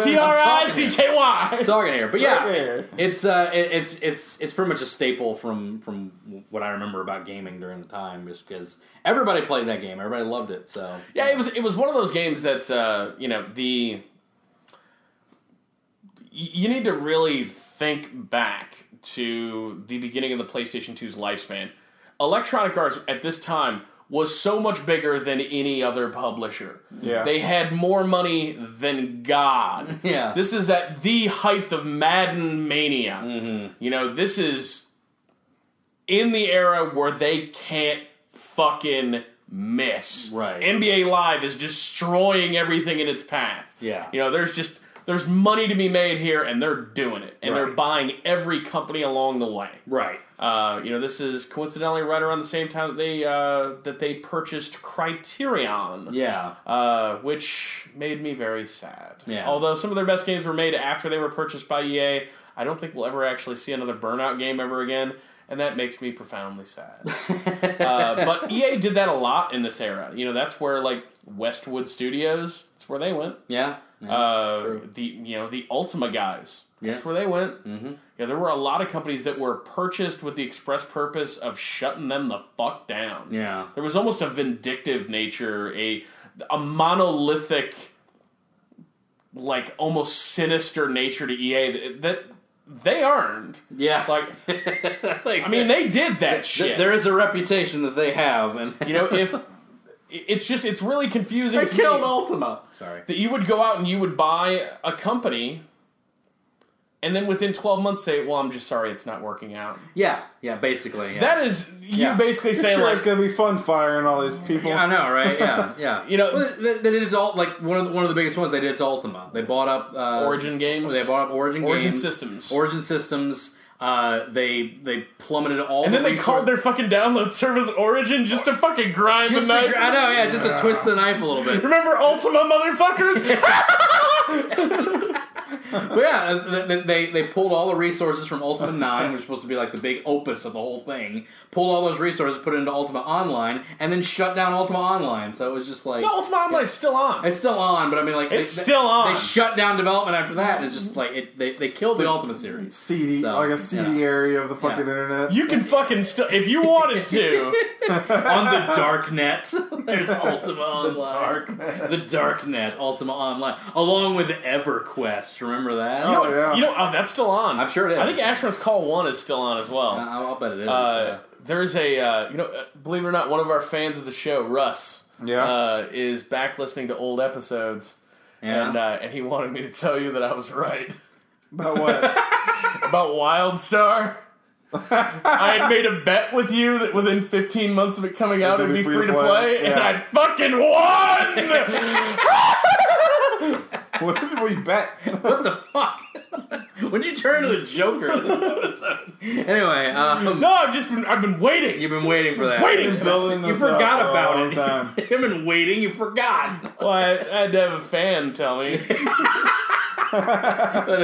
Speaker 1: T R I C K Y.
Speaker 2: talking here, but yeah,
Speaker 5: Right there.
Speaker 2: it's uh, it, it's it's it's pretty much a staple from from what I remember about gaming during the time, just because everybody played that game, everybody loved it. So
Speaker 1: Yeah, it was. It was one of those games that's uh, you know the. y- You need to really think back to the beginning of the PlayStation 2's lifespan. Electronic Arts at this time was so much bigger than any other publisher.
Speaker 5: Yeah.
Speaker 1: They had more money than God.
Speaker 2: Yeah.
Speaker 1: This is at the height of Madden mania.
Speaker 2: Mm-hmm.
Speaker 1: You know, this is in the era where they can't fucking miss.
Speaker 2: Right.
Speaker 1: NBA Live is destroying everything in its path.
Speaker 2: Yeah.
Speaker 1: You know, there's just there's money to be made here and they're doing it. And they're
Speaker 2: Right.
Speaker 1: buying every company along the way.
Speaker 2: right,
Speaker 1: Uh, you know, this is coincidentally right around the same time that they uh, that they purchased Criterion
Speaker 2: yeah,
Speaker 1: uh, which made me very sad.
Speaker 2: Yeah.
Speaker 1: Although some of their best games were made after they were purchased by EA, I don't think we'll ever actually see another Burnout game ever again, and that makes me profoundly sad. uh, but EA did that a lot in this era. You know, that's where like Westwood Studios, that's where they went.
Speaker 2: yeah. yeah.
Speaker 1: Uh,
Speaker 2: true.
Speaker 1: the you know the Ultima guys, that's
Speaker 2: Yeah.
Speaker 1: where they went. Mm-hmm. Yeah, there were a lot of companies that were purchased with the express purpose of shutting them the fuck down.
Speaker 2: yeah.
Speaker 1: There was almost a vindictive nature, a a monolithic, like almost sinister nature to EA that, that they earned.
Speaker 2: Yeah,
Speaker 1: Like,
Speaker 2: like
Speaker 1: I mean, they did that
Speaker 2: Th-
Speaker 1: shit.
Speaker 2: There is a reputation that they have, and
Speaker 1: you know, if it's just it's really confusing.
Speaker 2: they
Speaker 1: to
Speaker 2: killed
Speaker 1: me
Speaker 2: Ultima. Sorry.
Speaker 1: that you would go out and you would buy a company and then within 12 months say, well, I'm just sorry it's not working out.
Speaker 2: Yeah, yeah, basically. Yeah.
Speaker 1: That is you
Speaker 2: Yeah.
Speaker 1: basically saying
Speaker 5: sure,
Speaker 1: like
Speaker 5: it's gonna be fun firing all these people.
Speaker 2: Yeah, I know, right? Yeah, yeah.
Speaker 1: You know-
Speaker 2: well, they, they did it to all like one of the, one of the biggest ones. They did it to Ultima. They bought up uh,
Speaker 1: Origin Games.
Speaker 2: They bought up Origin
Speaker 1: Origin
Speaker 2: Games.
Speaker 1: Systems.
Speaker 2: Origin Systems. Uh, they they plummeted all.
Speaker 1: and
Speaker 2: the
Speaker 1: then they
Speaker 2: resor-
Speaker 1: called their fucking download service Origin just to fucking grind
Speaker 2: Just
Speaker 1: the
Speaker 2: to
Speaker 1: knife.
Speaker 2: gr- I know, yeah, just to twist the knife a little bit.
Speaker 1: Remember Ultima, motherfuckers?
Speaker 2: But yeah, they, they they pulled all the resources from Ultima Nine, which was supposed to be like the big opus of the whole thing. Pulled all those resources, put it into Ultima Online, and then shut down Ultima Online. So it was just like
Speaker 1: no, Ultima Online's still on.
Speaker 2: It's still on, but I mean, like
Speaker 1: It's still on.
Speaker 2: They shut down development after that, and it's just like it, they they killed the Ultima series.
Speaker 5: CD,
Speaker 2: So,
Speaker 5: like a CD
Speaker 2: yeah.
Speaker 5: area of the fucking
Speaker 2: Yeah.
Speaker 5: internet.
Speaker 1: You can fucking still if you wanted to.
Speaker 2: on the dark net. There's Ultima Online,
Speaker 5: dark net.
Speaker 2: the dark net, Ultima Online, along with EverQuest. Remember that?
Speaker 5: Oh, yeah.
Speaker 1: You know, oh, that's still on.
Speaker 2: I'm sure it is.
Speaker 1: I think Astronaut's Call One is still on as well.
Speaker 2: I- I'll, I'll bet it is.
Speaker 1: Uh, there's a uh, you know, uh, believe it or not, one of our fans of the show, Russ,
Speaker 5: Yeah.
Speaker 1: uh, is back listening to old episodes,
Speaker 2: yeah.
Speaker 1: and uh, and he wanted me to tell you that I was right
Speaker 5: But what?
Speaker 1: about Wildstar. I had made a bet with you that within 15 months of it coming out, it'd be free, to play, and
Speaker 5: Yeah.
Speaker 1: I fucking won.
Speaker 5: what did we bet?
Speaker 2: what the fuck? When'd you turn into the Joker in this episode? anyway, um,
Speaker 1: no, I've just been I've been waiting.
Speaker 2: you've been waiting for that.
Speaker 1: Waiting.
Speaker 5: Building
Speaker 2: You
Speaker 5: this
Speaker 2: forgot
Speaker 5: up for a
Speaker 2: about
Speaker 5: long
Speaker 2: it.
Speaker 5: time.
Speaker 2: You've been waiting. You forgot.
Speaker 1: Well, I, I had to have a fan tell me.
Speaker 2: that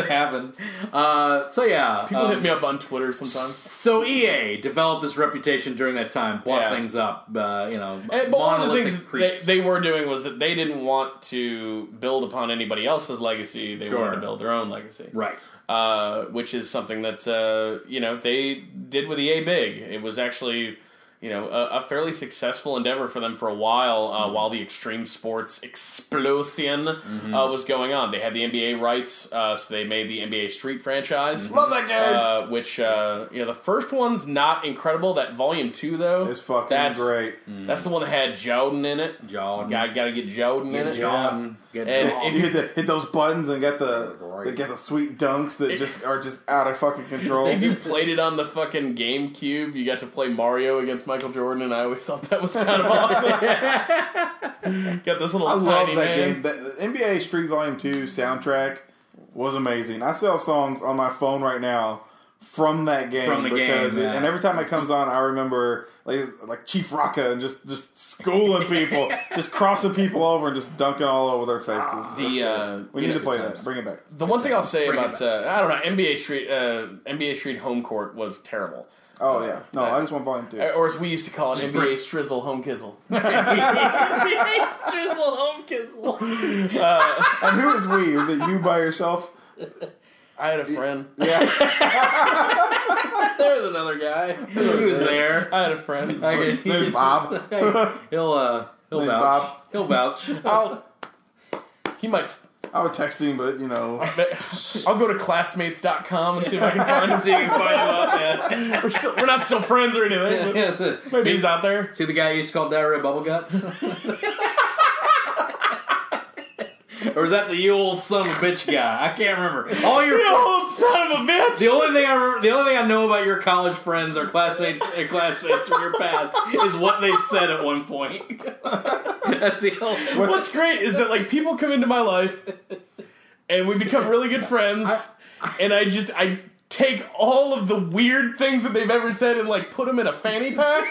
Speaker 2: happened. Uh, so yeah,
Speaker 1: People
Speaker 2: um,
Speaker 1: hit me up on Twitter sometimes.
Speaker 2: So EA developed this reputation during that time, bluff
Speaker 1: Yeah.
Speaker 2: things up, uh, you know,
Speaker 1: And- but one of the
Speaker 2: monolithic
Speaker 1: things they,
Speaker 2: creeps.
Speaker 1: they were doing was that they didn't want to build upon anybody else's legacy. They
Speaker 2: Sure.
Speaker 1: wanted to build their own legacy,
Speaker 2: right?
Speaker 1: Uh, which is something that uh, you know they did with EA Big. It was actually you know a, a fairly successful endeavor for them for a while uh,
Speaker 5: Mm-hmm.
Speaker 1: while the extreme sports explosion uh, was going on. They had the NBA rights, uh, so they made the NBA Street franchise.
Speaker 5: Mm-hmm. Love that game.
Speaker 1: Uh, which uh, you know the first one's not incredible. That volume two though
Speaker 5: it's fucking
Speaker 1: that's-
Speaker 5: great.
Speaker 1: that's the one that had Jordan in it.
Speaker 2: Jordan.
Speaker 1: Guy got to get Jordan in it.
Speaker 2: Jordan. Get
Speaker 1: And
Speaker 2: Jordan.
Speaker 1: if
Speaker 5: Oh, You hit, the, hit those buttons and get the
Speaker 2: Great.
Speaker 5: they get the sweet dunks that just are just out of fucking control.
Speaker 1: If you played it on the fucking GameCube, you got to play Mario against Michael Jordan, and I always thought that was kind of awesome. got this little
Speaker 5: I
Speaker 1: tiny
Speaker 5: love that
Speaker 1: man.
Speaker 5: game. That, the NBA Street Volume Two soundtrack was amazing. I still have songs on my phone right now from that game.
Speaker 2: From the game,
Speaker 5: because it-
Speaker 2: yeah.
Speaker 5: and every time it comes on, I remember like like Chief Rocka and just just schooling people, just crossing people over and just dunking all over their faces.
Speaker 1: The uh,
Speaker 5: we
Speaker 1: you
Speaker 5: need
Speaker 1: know,
Speaker 5: to play that. Bring it back.
Speaker 1: The one thing I'll say
Speaker 2: Bring it
Speaker 1: about uh, I don't know NBA Street uh, NBA Street Home Court was terrible, Uh,
Speaker 5: Oh yeah, no, I just want Volume Two.
Speaker 1: or as we used to call it,
Speaker 2: bring-
Speaker 1: NBA Strizzle Home Kizzle.
Speaker 2: Drizzle Homekins.
Speaker 5: And who is we? Is it you by yourself?
Speaker 1: I had a friend.
Speaker 5: Yeah,
Speaker 2: There's another guy who's there.
Speaker 1: I had a friend.
Speaker 2: I can-
Speaker 5: there's Bob.
Speaker 2: he'll uh, he'll
Speaker 5: There's
Speaker 2: vouch.
Speaker 5: Bob.
Speaker 2: He'll vouch.
Speaker 1: I'll, he might.
Speaker 5: I would text him, but you know,
Speaker 1: I'll go to classmates.com and see if I can find him.
Speaker 2: See if you can find him out there.
Speaker 1: We're, still, we're not still friends or anything. But maybe he's out there.
Speaker 2: See the guy you used to call Diarrhea Bubble Guts? or is that the you old son of a bitch guy? I can't remember. All your
Speaker 1: You old son of a bitch!
Speaker 2: The only thing I remember, the only thing I know about your college friends or classmates or classmates from your past is what they said at one point. That's the only.
Speaker 1: What's great is that like people come into my life, and we become really good friends, and I just I take all of the weird things that they've ever said and like put them in a fanny pack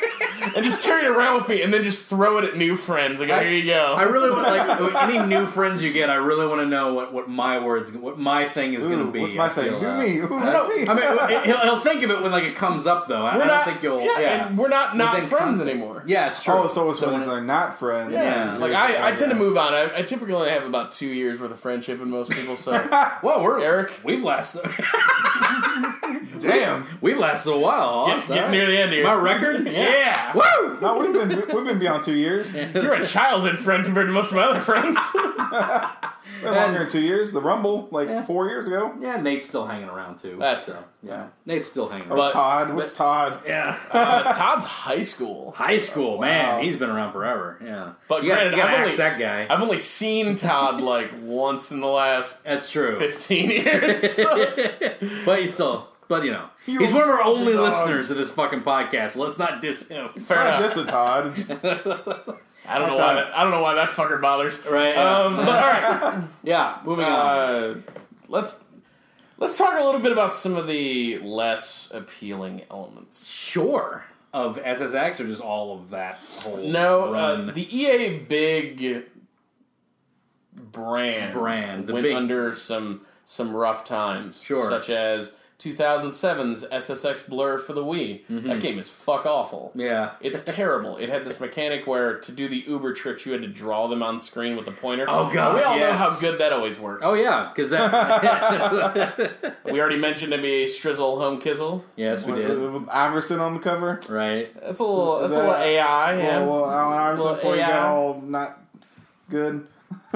Speaker 1: and just carry it around with me, and then just throw it at new friends. Like here you go.
Speaker 2: I really want like any new friends you get. I really want to know what, what my words, what my thing is going
Speaker 5: ooh,
Speaker 2: to be.
Speaker 5: what's my
Speaker 2: I
Speaker 5: thing?
Speaker 2: feel,
Speaker 5: Do
Speaker 2: uh,
Speaker 5: me. Ooh, me.
Speaker 2: I mean, it- he'll, he'll think of it when like it comes up though. I, I
Speaker 1: we're
Speaker 2: don't
Speaker 1: not.
Speaker 2: think you'll.
Speaker 1: yeah,
Speaker 2: Yeah,
Speaker 1: and we're not not
Speaker 2: Within
Speaker 1: friends
Speaker 2: context.
Speaker 1: anymore.
Speaker 2: Yeah, it's true.
Speaker 5: Oh, so it's
Speaker 2: when
Speaker 5: friends. They're not friends.
Speaker 1: Yeah,
Speaker 2: Yeah.
Speaker 1: like I, I tend to move on. I, I typically have about two years worth of friendship in most people. So
Speaker 2: it- Whoa, we're
Speaker 1: Eric?
Speaker 2: We've lasted.
Speaker 5: Damn.
Speaker 2: we lasted a while.
Speaker 1: get,
Speaker 2: Awesome.
Speaker 1: get near the end here.
Speaker 2: my record.
Speaker 1: yeah,
Speaker 2: Woo!
Speaker 5: No, we've been we've been beyond two years.
Speaker 1: you're a childhood friend compared to most of my other friends.
Speaker 5: Been longer than two years. The Rumble, like
Speaker 2: Yeah.
Speaker 5: four years ago.
Speaker 2: Yeah, Nate's still hanging around too.
Speaker 1: That's
Speaker 2: so,
Speaker 1: fair.
Speaker 2: yeah. Nate's still hanging
Speaker 5: Or
Speaker 2: around.
Speaker 1: But-
Speaker 5: Todd. What's Todd?
Speaker 2: Yeah.
Speaker 1: Uh, Todd's high school.
Speaker 2: High school,
Speaker 5: Wow.
Speaker 2: man. He's been around forever. Yeah.
Speaker 1: But
Speaker 2: you gotta,
Speaker 1: granted,
Speaker 2: you gotta
Speaker 1: I've
Speaker 2: axe
Speaker 1: only-
Speaker 2: that guy.
Speaker 1: I've only seen Todd like once in the last
Speaker 2: That's true.
Speaker 1: fifteen years.
Speaker 2: but he's still, but you know,
Speaker 5: He
Speaker 2: he's one of our
Speaker 5: was
Speaker 2: only
Speaker 5: dog.
Speaker 2: listeners of this fucking podcast. Let's not diss him.
Speaker 1: Fair
Speaker 5: Not
Speaker 1: enough.
Speaker 5: just a Todd. Just-
Speaker 1: I don't know
Speaker 5: Todd.
Speaker 1: why. That, I don't know why that fucker bothers.
Speaker 2: Right. Yeah.
Speaker 1: Um, but all right.
Speaker 2: yeah. Moving on.
Speaker 1: Uh, let's let's talk a little bit about some of the less appealing elements.
Speaker 2: Sure. Of SSX or just all of that whole
Speaker 1: No,
Speaker 2: run?
Speaker 1: uh, the EA big brand
Speaker 2: Brand, the
Speaker 1: went
Speaker 2: big-
Speaker 1: under some some rough times,
Speaker 2: Sure.
Speaker 1: such as 2007's SSX Blur for the Wii. That game is fuck awful.
Speaker 2: Mm-hmm. yeah.
Speaker 1: It's terrible. It had this mechanic where to do the Uber tricks, you had to draw them on screen with a pointer.
Speaker 2: Oh, God,
Speaker 1: we all
Speaker 2: yes.
Speaker 1: know how good that always works.
Speaker 2: Oh yeah, because that.
Speaker 1: we already mentioned NBA Strizzle Home Kizzle.
Speaker 2: yes, we did.
Speaker 5: with Iverson on the cover.
Speaker 2: Right.
Speaker 1: That's a little. That's
Speaker 5: Is
Speaker 1: a little
Speaker 5: that-
Speaker 1: AI. Yeah.
Speaker 5: Well, well, Allen Iverson
Speaker 1: Well,
Speaker 5: before he got
Speaker 1: yeah.
Speaker 5: all not good.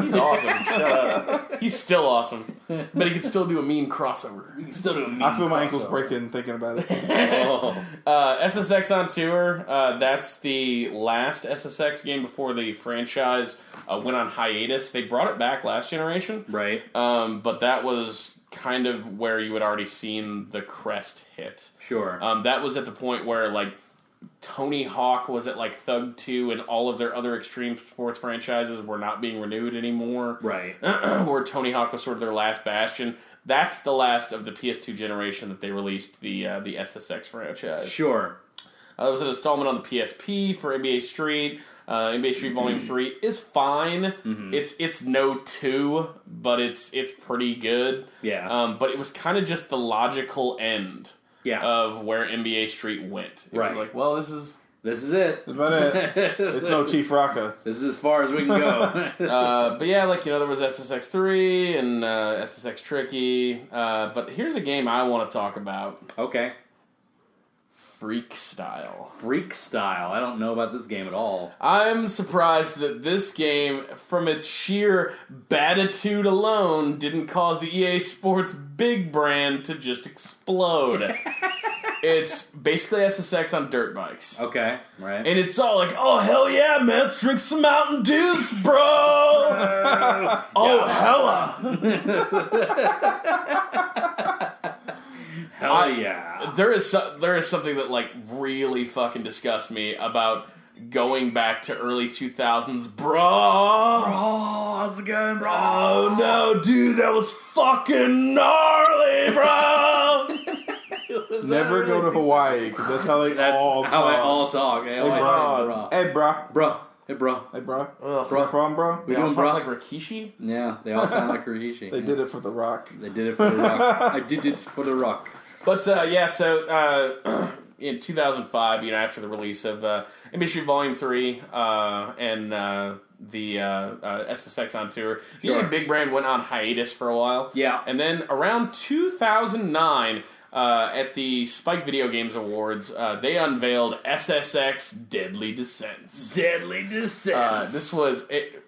Speaker 1: He's awesome. Shut up. He's still awesome, but he can still do a mean crossover.
Speaker 2: Still doing.
Speaker 5: I feel my ankles breaking thinking about it.
Speaker 2: Oh.
Speaker 1: Uh, SSX on tour. Uh, that's the last SSX game before the franchise uh, went on hiatus. They brought it back last generation,
Speaker 2: Right.
Speaker 1: um, but that was kind of where you had already seen the crest hit.
Speaker 2: Sure.
Speaker 1: Um, that was at the point where like Tony Hawk was at like Thug Two, and all of their other extreme sports franchises were not being renewed anymore.
Speaker 2: right.
Speaker 1: where Tony Hawk was sort of their last bastion. That's the last of the PS2 generation that they released the uh, the SSX franchise.
Speaker 2: Sure.
Speaker 1: Uh, there was an installment on the PSP for NBA Street. Uh, NBA Street Volume Three is fine. It's it's no two, but it's it's pretty good.
Speaker 2: Yeah.
Speaker 1: Um, but it was kind of just the logical end
Speaker 2: Yeah.
Speaker 1: of where NBA Street went. It
Speaker 2: Right.
Speaker 1: was like, well, this is
Speaker 2: this is it.
Speaker 5: That's about it. uh, It's no Chief Rocka.
Speaker 2: This is as far as we can go.
Speaker 1: Uh, but yeah, like you know, there was SSX three and uh, SSX Tricky. Uh, but here's a game I want to talk about:
Speaker 2: okay.
Speaker 1: Freak Style.
Speaker 2: Freak style. I don't know about this game at all.
Speaker 1: I'm surprised that this game, from its sheer batitude alone, didn't cause the EA Sports big brand to just explode. it's basically SSX on dirt bikes.
Speaker 2: Okay. Right.
Speaker 1: And it's all like, oh hell yeah, man, let's drink some Mountain Dews, bro. oh uh, hella.
Speaker 2: Hell
Speaker 1: I-
Speaker 2: yeah.
Speaker 1: There is so, there is something that like really fucking disgusts me about going back to early two thousands, bro.
Speaker 2: Oh, how's it going, bro?
Speaker 1: Oh no, dude, that was fucking gnarly, bro.
Speaker 5: Never go to Hawaii because that's how they
Speaker 2: That's
Speaker 5: all
Speaker 2: how
Speaker 5: talk.
Speaker 2: I all talk. They always
Speaker 5: hey,
Speaker 2: say,
Speaker 5: bro.
Speaker 2: bro.
Speaker 5: Hey, bro.
Speaker 2: Bro. Hey, bro.
Speaker 5: Hey, bro.
Speaker 1: Ugh.
Speaker 5: Is that a problem, bro?
Speaker 1: They
Speaker 2: doing
Speaker 1: all
Speaker 2: bro?
Speaker 1: talk like Rikishi.
Speaker 2: Yeah, they all sound like Rikishi.
Speaker 5: They
Speaker 2: yeah.
Speaker 5: did it for The Rock.
Speaker 2: They did it for the rock. I did it for the rock.
Speaker 1: But uh, yeah, so uh, in 2005, you know, after the release of uh, Industry Volume Three uh, and uh, the uh, uh, SSX on tour, the
Speaker 2: Sure.
Speaker 1: other Big Brand went on hiatus for a while.
Speaker 2: Yeah.
Speaker 1: and then around 2009. Uh, at the Spike Video Games Awards, uh, they unveiled SSX Deadly Descents.
Speaker 2: Deadly descent.
Speaker 1: Uh, this was it.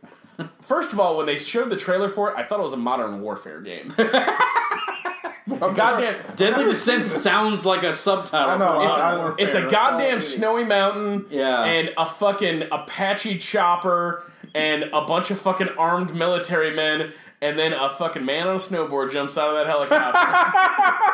Speaker 1: First of all, when they showed the trailer for it, I thought it was a Modern Warfare game.
Speaker 2: Oh,
Speaker 1: Goddamn,
Speaker 2: Deadly Descent sounds like a subtitle.
Speaker 5: I know.
Speaker 2: for
Speaker 5: I-
Speaker 2: Modern
Speaker 5: I-
Speaker 2: Warfare.
Speaker 1: It's a goddamn snowy mountain,
Speaker 2: Yeah.
Speaker 1: and a fucking Apache chopper, and a bunch of fucking armed military men, and then a fucking man on a snowboard jumps out of that helicopter.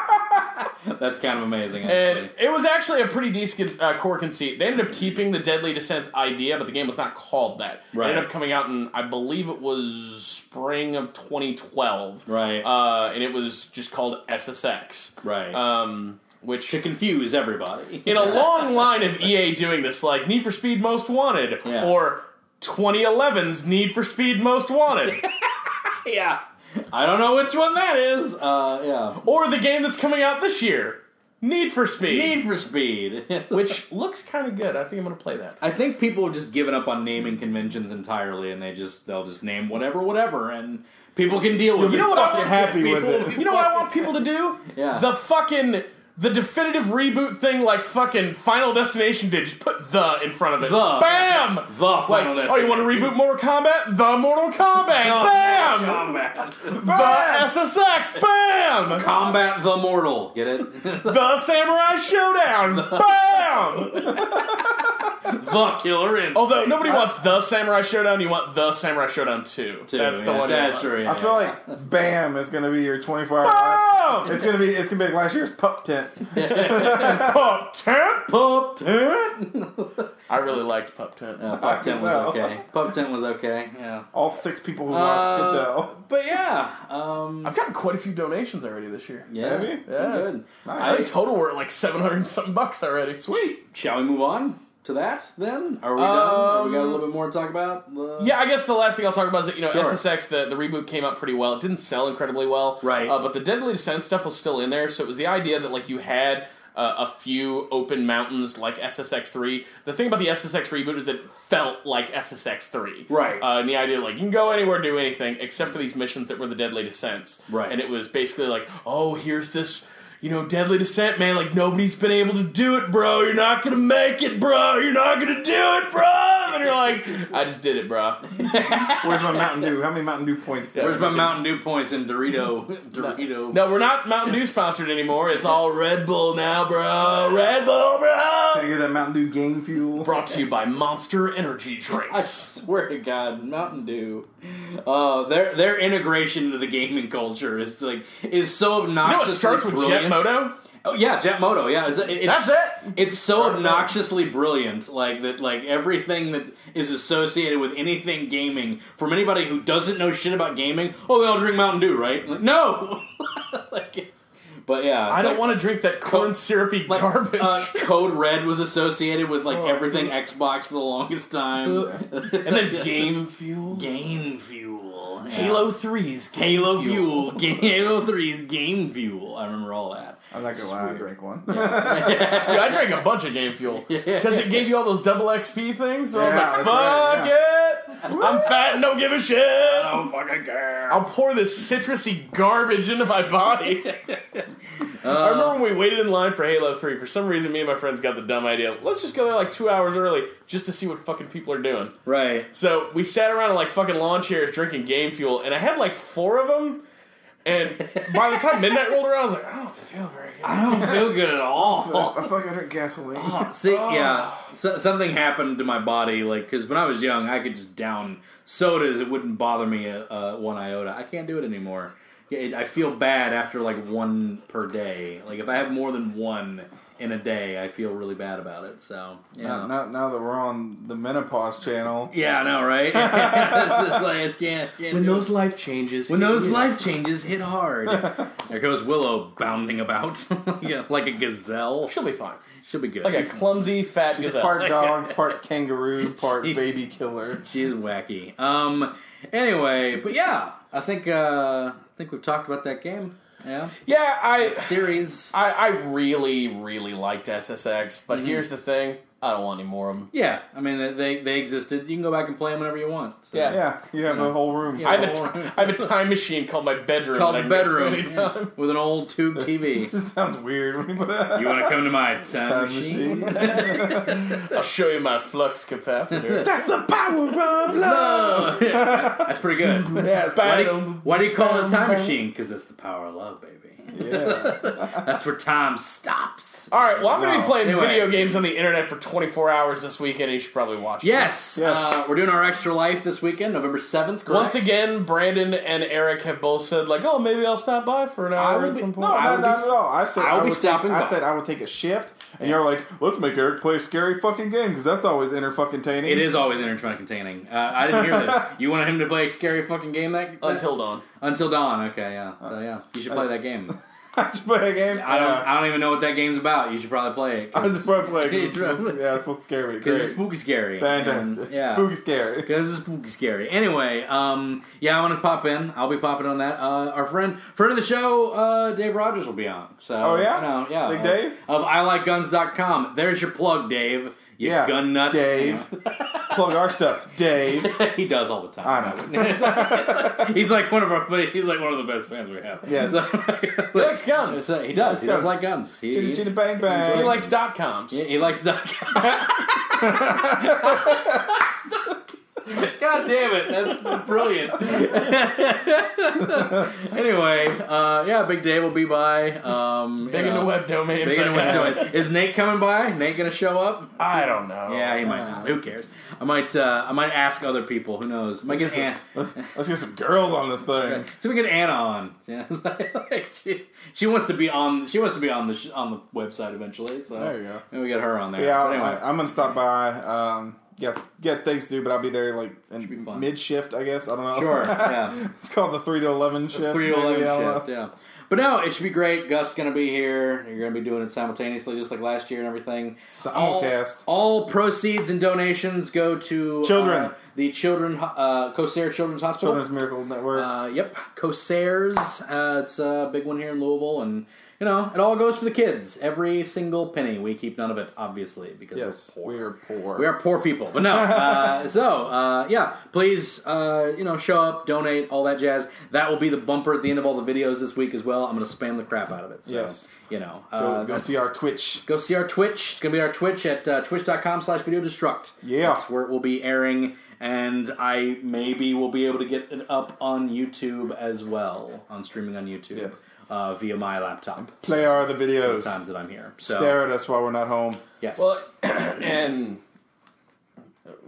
Speaker 2: That's kind of amazing.
Speaker 1: and
Speaker 2: Actually.
Speaker 1: it was actually a pretty decent uh, core conceit. They ended up keeping the Deadly Descents idea, but the game was not called that. It
Speaker 2: Right.
Speaker 1: ended up coming out in, I believe it was spring of 2012.
Speaker 2: Right.
Speaker 1: Uh, and it was just called SSX.
Speaker 2: right.
Speaker 1: Um, which
Speaker 2: to confuse everybody.
Speaker 1: in a long line of EA doing this, like Need for Speed Most Wanted
Speaker 2: Yeah.
Speaker 1: or 2011's Need for Speed Most Wanted,
Speaker 2: yeah. I don't know which one that is. Uh,
Speaker 1: or the game that's coming out this year, Need for Speed,
Speaker 2: yeah. Need for Speed.
Speaker 1: which looks kind of good. I think I'm gonna play that.
Speaker 2: I think people have just given up on naming conventions entirely, and they just they'll just name whatever, whatever, and people can deal with it.
Speaker 1: You know what I
Speaker 5: fucking
Speaker 1: want?
Speaker 5: happy
Speaker 2: people-
Speaker 5: with it.
Speaker 1: You know what I want people to do?
Speaker 2: Yeah.
Speaker 1: The fucking the definitive reboot thing like fucking Final Destination did. Just put the in front of it.
Speaker 2: The.
Speaker 1: Bam!
Speaker 2: The
Speaker 1: Like,
Speaker 2: Final Oh,
Speaker 1: oh, you want to reboot Mortal Kombat? The Mortal Kombat! Bam!
Speaker 2: Combat.
Speaker 1: The SSX! Bam!
Speaker 2: Combat the Mortal. Get it? the
Speaker 1: the Samurai Showdown! Bam!
Speaker 2: Killer Instinct.
Speaker 1: Although nobody wants the Samurai Showdown, you want the Samurai Showdown 2.
Speaker 2: Two,
Speaker 1: That's the
Speaker 2: yeah,
Speaker 1: one you
Speaker 2: That's
Speaker 1: want.
Speaker 2: right.
Speaker 5: I feel like Bam is gonna be your 24 hour.
Speaker 1: Bam!
Speaker 5: It's gonna be it's gonna be like last year's pup tent.
Speaker 1: Pup Tent!
Speaker 2: Pup Tent.
Speaker 1: I really liked Pup Tent.
Speaker 2: No, Pup Tent was
Speaker 5: tell.
Speaker 2: okay. Pup Tent was okay. Yeah.
Speaker 5: All six people who watched could
Speaker 2: Uh,
Speaker 5: tell.
Speaker 2: But yeah. Um,
Speaker 1: I've gotten quite a few donations already this year.
Speaker 2: yeah.
Speaker 5: Have you?
Speaker 2: it's been
Speaker 1: Yeah.
Speaker 2: Good.
Speaker 1: I
Speaker 5: Nice.
Speaker 1: think total we're at like 700 and something bucks already. Sweet!
Speaker 2: Shall we move on to that then? Are we done? Or we got a little bit more to talk about? The-
Speaker 1: Yeah, I guess the last thing I'll talk about is that you know
Speaker 2: Uh, Sure.
Speaker 1: SSX the, the reboot came out pretty well. It didn't sell incredibly well,
Speaker 2: Right.
Speaker 1: Uh, but the Deadly Descent stuff was still in there, so it was the idea that like you had uh, a few open mountains like SSX three. The thing about the SSX reboot is it felt like SSX three,
Speaker 2: Right.
Speaker 1: Uh, and the idea like you can go anywhere, do anything, except for these missions that were the Deadly Descents,
Speaker 2: Right.
Speaker 1: And it was basically like, oh, here's this. You know, Deadly Descent, man, like nobody's been able to do it, bro. You're not gonna make it, bro. You're not gonna do it, bro. And you're like, I just did it, bro.
Speaker 5: Where's my Mountain Dew? How many Mountain Dew points?
Speaker 2: Where's my Mountain Dew points and Dorito? Dorito.
Speaker 1: No, we're not Mountain Dew sponsored anymore. It's all Red Bull now, bro. Red Bull, bro.
Speaker 5: Can I get that Mountain Dew game fuel?
Speaker 1: Brought to you by Monster Energy
Speaker 2: I
Speaker 1: Drinks.
Speaker 2: swear to God, Mountain Dew. Uh, their their integration into the gaming culture is like is so
Speaker 1: You know
Speaker 2: obnoxious.
Speaker 1: it starts with Jet Moto?
Speaker 2: Oh yeah, Jet Moto. Yeah, it's, it's,
Speaker 1: That's it?
Speaker 2: It's so
Speaker 1: Started there.
Speaker 2: obnoxiously brilliant, like that. Like everything that is associated with anything gaming, from anybody who doesn't know shit about gaming. Oh, they all drink Mountain Dew, right? Like, no. like, it's- but yeah,
Speaker 1: I don't
Speaker 2: like-
Speaker 1: want to drink that corn syrupy
Speaker 2: like,
Speaker 1: garbage.
Speaker 2: uh, Code Red was associated with like
Speaker 5: Oh.
Speaker 2: everything Xbox for the longest time,
Speaker 1: and then Game Fuel.
Speaker 2: Game Fuel,
Speaker 1: Halo 3's Game
Speaker 2: Halo Fuel, Ga- Halo 3's Game Fuel. I remember all that.
Speaker 5: I'm not gonna lie, I drank one.
Speaker 1: Dude, I drank a bunch of Game Fuel. Because it gave you all those double XP things. So
Speaker 5: Yeah,
Speaker 1: I was like,
Speaker 5: that's
Speaker 1: fuck
Speaker 5: right,
Speaker 1: it. I'm fat and don't give a shit.
Speaker 2: Oh fucking girl.
Speaker 1: I'll pour this citrusy garbage into my body. I remember when we waited in line for Halo 3. For some reason, me and my friends got the dumb idea. Let's just go there like two hours early just to see what fucking people are doing.
Speaker 2: Right.
Speaker 1: So we sat around in like fucking lawn chairs drinking game fuel, and I had like four of them. And by the time midnight rolled around, I was like, I don't feel very good.
Speaker 2: I don't feel good at all.
Speaker 5: I feel like I drink gasoline.
Speaker 2: See, yeah, so, something happened to my body, like because when I was young, I could just down sodas; it wouldn't bother me uh, uh, one iota. I can't do it anymore. It, I feel bad after like one per day. Like if I have more than one in a day, I feel really bad about it. So yeah,
Speaker 5: Now, now, now that we're on the menopause channel,
Speaker 2: yeah, I know, right? It's just like, it can't- can't do it.
Speaker 1: life changes,
Speaker 2: When those life changes hit hard, there goes Willow bounding about Yeah, like a gazelle.
Speaker 1: she'll be fine.
Speaker 2: She'll be good.
Speaker 1: Like a clumsy fat
Speaker 5: she's
Speaker 1: gazelle.
Speaker 5: part dog, part kangaroo, part
Speaker 2: Jeez.
Speaker 5: baby killer.
Speaker 2: She is wacky. Um. Anyway, but yeah, I think uh, I think we've talked about that game. Yeah.
Speaker 1: yeah, I,
Speaker 2: Series.
Speaker 1: I, I really, really liked SSX, but here's the thing: I don't want any more of them.
Speaker 2: Yeah. I mean, they- they they existed. You can go back and play them whenever you want. So.
Speaker 1: Yeah.
Speaker 5: Yeah, you have a whole room.
Speaker 1: I
Speaker 2: Yeah.
Speaker 1: have, a
Speaker 2: Or-
Speaker 1: ti- I have a time machine called my bedroom.
Speaker 2: Called
Speaker 1: that I
Speaker 2: the
Speaker 1: can get to
Speaker 2: bedroom
Speaker 1: anytime.
Speaker 2: yeah, with an old tube TV.
Speaker 5: This sounds weird when you put it
Speaker 2: you want to come to my time, machine?
Speaker 1: I'll show you my flux capacitor.
Speaker 5: That's the power of love.
Speaker 2: Oh, yeah, that's pretty good.
Speaker 5: Yes.
Speaker 2: Why do, you,
Speaker 1: Bam.
Speaker 2: why do you call it a time machine? Because that's the power of love, baby.
Speaker 5: Yeah.
Speaker 2: That's where time stops.
Speaker 1: All right, well, I'm going to be
Speaker 5: Wow.
Speaker 1: playing
Speaker 2: Anyway.
Speaker 1: video games on the internet for 24 hours this weekend. You should probably watch. it.
Speaker 2: Yes,
Speaker 5: Yes.
Speaker 2: Uh, we're doing our extra life this weekend, November seventh.
Speaker 1: Once again, Brandon and Eric have both said like, "Oh, maybe I'll stop by for an hour
Speaker 5: would
Speaker 1: at
Speaker 5: be-
Speaker 1: some point."
Speaker 5: No,
Speaker 2: I
Speaker 5: not,
Speaker 2: would
Speaker 5: not
Speaker 2: be-
Speaker 5: at all. I said
Speaker 2: I
Speaker 5: I
Speaker 2: would be
Speaker 5: would take-
Speaker 2: stopping by.
Speaker 5: I said I would take a shift, and you're like, let's make Eric play a scary fucking game because that's always inter fucking taining.
Speaker 2: It is always intertwined containing. Uh, I didn't hear this. You wanted him to play a scary fucking game that, that-
Speaker 1: Until dawn.
Speaker 2: until dawn. Okay, yeah.
Speaker 5: Uh,
Speaker 2: So yeah, you should play that game.
Speaker 5: play a game.
Speaker 2: I don't. I don't even know what that game's about. You should probably play it.
Speaker 5: uh, I was just probably playing.
Speaker 2: It's
Speaker 5: It's supposed,
Speaker 2: really-
Speaker 5: yeah, it's supposed to scare me.
Speaker 2: because it's
Speaker 5: Great.
Speaker 2: spooky scary.
Speaker 5: Fantastic.
Speaker 2: And, yeah.
Speaker 5: Spooky scary.
Speaker 2: Because it's spooky scary. Anyway, um, yeah, I want to pop in. I'll be popping on that. Uh, our friend, friend of the show, uh, Dave Rogers will be on. So,
Speaker 5: Oh, yeah?
Speaker 2: you know, yeah,
Speaker 5: Big
Speaker 2: of,
Speaker 5: Dave?
Speaker 2: of ILikeGuns.com. There's your plug, Dave. You
Speaker 5: Yeah,
Speaker 2: gun nuts,
Speaker 5: Dave. plug our stuff, Dave.
Speaker 2: he does all the time.
Speaker 5: I know.
Speaker 2: He's like one of our. He's like one of the best fans we have.
Speaker 5: Yes.
Speaker 2: So- like-
Speaker 1: He likes guns.
Speaker 2: so he does. He
Speaker 5: guns.
Speaker 2: does like guns. He,
Speaker 5: Chitty chitty bang
Speaker 1: He
Speaker 5: bang.
Speaker 1: likes dot coms.
Speaker 2: he, he likes duck. God damn it! That's brilliant. anyway, uh, yeah, Big Dave will be by. Um,
Speaker 1: Big
Speaker 2: you
Speaker 1: in the
Speaker 2: know,
Speaker 1: web domain.
Speaker 2: Big in the web. doing- Is Nate coming by? Nate gonna show up?
Speaker 1: I don't know.
Speaker 2: Oh, Yeah, he might not. Who cares? I might. Uh, I might ask other people. Who knows? I might get Anna.
Speaker 5: Let's get some girls on this thing.
Speaker 2: So we get Anna on. You know, it's like- like she, she wants to be on. She wants to be on the sh- on the website eventually. So
Speaker 5: There you go.
Speaker 2: And we get her on there.
Speaker 5: Yeah,
Speaker 2: But anyway,
Speaker 5: I, I'm gonna stop by. Um, yes, get things to do, but I'll be there like in
Speaker 2: be fun.
Speaker 5: mid shift, I guess. I don't know.
Speaker 2: sure. Yeah,
Speaker 5: it's called the three to eleven shift.
Speaker 2: three
Speaker 5: maybe, I don't know.
Speaker 2: shift. Yeah. But no, it should be great. Gus gonna be here. You're gonna be doing it simultaneously, just like last year and everything.
Speaker 5: Simulcast.
Speaker 2: All, all proceeds and donations go to
Speaker 5: Children.
Speaker 2: uh, the children, uh, Cosair Children's Hospital.
Speaker 5: Children's Miracle Network.
Speaker 2: Uh, yep, Corsairs. Uh, it's a big one here in Louisville, and you know it all goes for the kids. Every single penny. We keep none of it, obviously, because
Speaker 5: yes,
Speaker 2: we're poor.
Speaker 5: we are poor.
Speaker 2: We are poor people, but no. Uh, so uh, yeah, please, uh, you know, show up, donate, all that jazz. That will be the bumper at the end of all the videos this week as well. I'm going to spam the crap out of it. So,
Speaker 5: Yes.
Speaker 2: you know,
Speaker 5: Go,
Speaker 2: uh,
Speaker 5: go
Speaker 2: that's-
Speaker 5: see our Twitch.
Speaker 2: go see our Twitch. It's gonna be our Twitch at uh, twitch.com slash video destruct.
Speaker 5: Yeah.
Speaker 2: That's where it will be airing, and I maybe will be able to get it up on YouTube as well, on streaming on YouTube.
Speaker 5: Yes.
Speaker 2: Uh, via my laptop.
Speaker 5: Play our other videos.
Speaker 2: The times that I'm here. So
Speaker 5: Stare at us while we're not home.
Speaker 2: yes.
Speaker 1: Well, and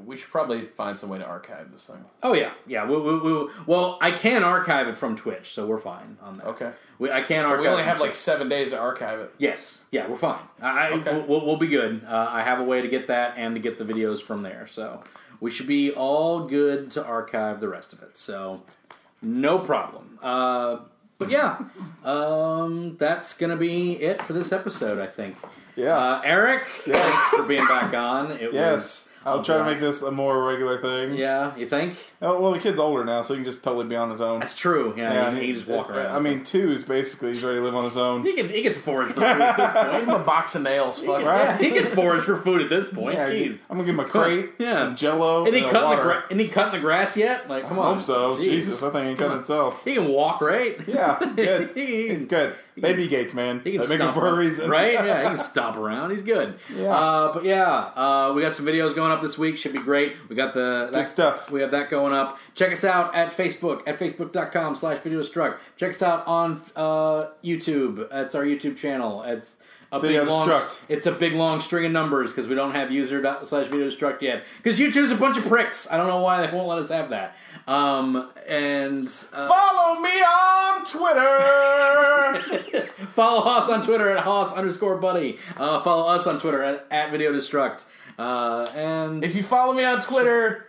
Speaker 1: we should probably find some way to archive this thing.
Speaker 2: oh yeah, yeah. We, we, we, well, I can archive it from Twitch, so we're fine on that.
Speaker 1: Okay.
Speaker 2: We, I can archive.
Speaker 1: We only
Speaker 2: it
Speaker 1: have
Speaker 2: from
Speaker 1: like seven days to archive it.
Speaker 2: Yes. Yeah, we're fine. I, I-
Speaker 1: Okay.
Speaker 2: we'll- we'll, we'll be good. Uh, I have a way to get that and to get the videos from there, so we should be all good to archive the rest of it. So no problem. Uh, but yeah, um, that's gonna be it for this episode. I think.
Speaker 5: Yeah.
Speaker 2: Uh, Eric,
Speaker 5: Yes.
Speaker 2: thanks for being back on. It
Speaker 5: yes.
Speaker 2: was.
Speaker 5: I'll
Speaker 2: a
Speaker 5: try to make this
Speaker 2: blast.
Speaker 5: a more regular thing.
Speaker 2: Yeah, you think
Speaker 5: Oh, well, the kid's older now, so he can just totally be on his own.
Speaker 2: that's true? Yeah, he, he can just walk around.
Speaker 5: I mean, two is basically he's ready to live on his own.
Speaker 2: he can he gets forage for food at this point.
Speaker 1: Give him a box of nails. Fuck.
Speaker 5: Right?
Speaker 2: He can forage for food at this point.
Speaker 5: Yeah,
Speaker 2: Jeez.
Speaker 5: I'm gonna give him a crate,
Speaker 2: Yeah.
Speaker 5: some Jello,
Speaker 2: And he
Speaker 5: and a
Speaker 2: cut the
Speaker 5: water.
Speaker 2: gra- and he cutting the grass yet? Like, come
Speaker 5: I
Speaker 2: on.
Speaker 5: hope so.
Speaker 2: Jeez.
Speaker 5: Jesus, that thing ain't cut itself.
Speaker 2: He can walk, right?
Speaker 5: Yeah, it's good.
Speaker 2: He-
Speaker 5: It's good. Baby Gates, man.
Speaker 2: He can
Speaker 5: They make him
Speaker 2: stomp
Speaker 5: for a reason,
Speaker 2: right? Yeah, he can stomp around. He's good.
Speaker 5: Yeah.
Speaker 2: Uh, but yeah, uh, we got some videos going up this week. Should be great. We got the that,
Speaker 5: stuff.
Speaker 2: We have that going up. Check us out at Facebook at facebook.com slash video struck. Check us out on uh, YouTube. That's our YouTube channel. It's a
Speaker 5: Video
Speaker 2: big long,
Speaker 5: Destruct.
Speaker 2: it's a big long string of numbers because we don't have user dot- slash video destruct yet because YouTube's a bunch of pricks. I don't know why they won't let us have that. Um, and uh,
Speaker 1: Follow me on Twitter.
Speaker 2: Follow us on Twitter at Hoss underscore buddy. Uh, follow us on Twitter at, at Video Destruct. Uh, and
Speaker 1: if you follow me on Twitter,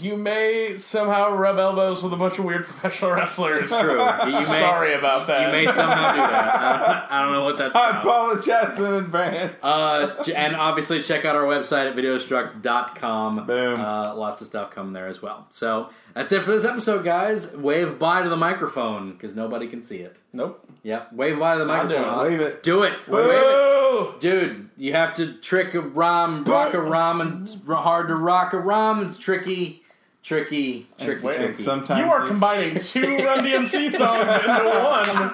Speaker 1: you may somehow rub elbows with a bunch of weird professional wrestlers.
Speaker 2: it's true. You may,
Speaker 1: Sorry about that.
Speaker 2: You may somehow do that. Uh, I don't know what that's
Speaker 5: I
Speaker 2: about.
Speaker 5: apologize in advance.
Speaker 2: Uh, j- and obviously, check out our website at videostruck.com.
Speaker 5: Boom.
Speaker 2: Uh, lots of stuff coming there as well. So that's it for this episode, guys. Wave bye to the microphone because nobody can see it.
Speaker 1: nope.
Speaker 2: Yep. Wave bye to the
Speaker 1: I'll do it.
Speaker 2: microphone. Hoss.
Speaker 5: Wave it.
Speaker 2: Do it. Wave it.
Speaker 1: Boo!
Speaker 2: Dude, you have to trick a rhyme, rock a rhyme, and it's hard to rock a rhyme. It's tricky, tricky, tricky,
Speaker 1: wait,
Speaker 5: and
Speaker 2: tricky.
Speaker 5: sometimes
Speaker 1: You are combining two Run DMC songs into one.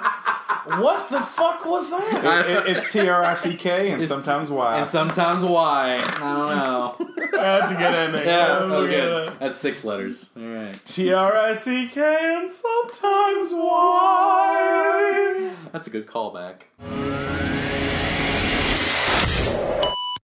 Speaker 1: What the fuck was that?
Speaker 5: it, it- it's T R I C K and sometimes Y.
Speaker 2: and sometimes why? I don't know.
Speaker 1: That's a good ending. Oh,
Speaker 2: Yeah, that was good. That's six letters. All right,
Speaker 1: T R I C K and sometimes why?
Speaker 2: that's a good callback.
Speaker 1: Wave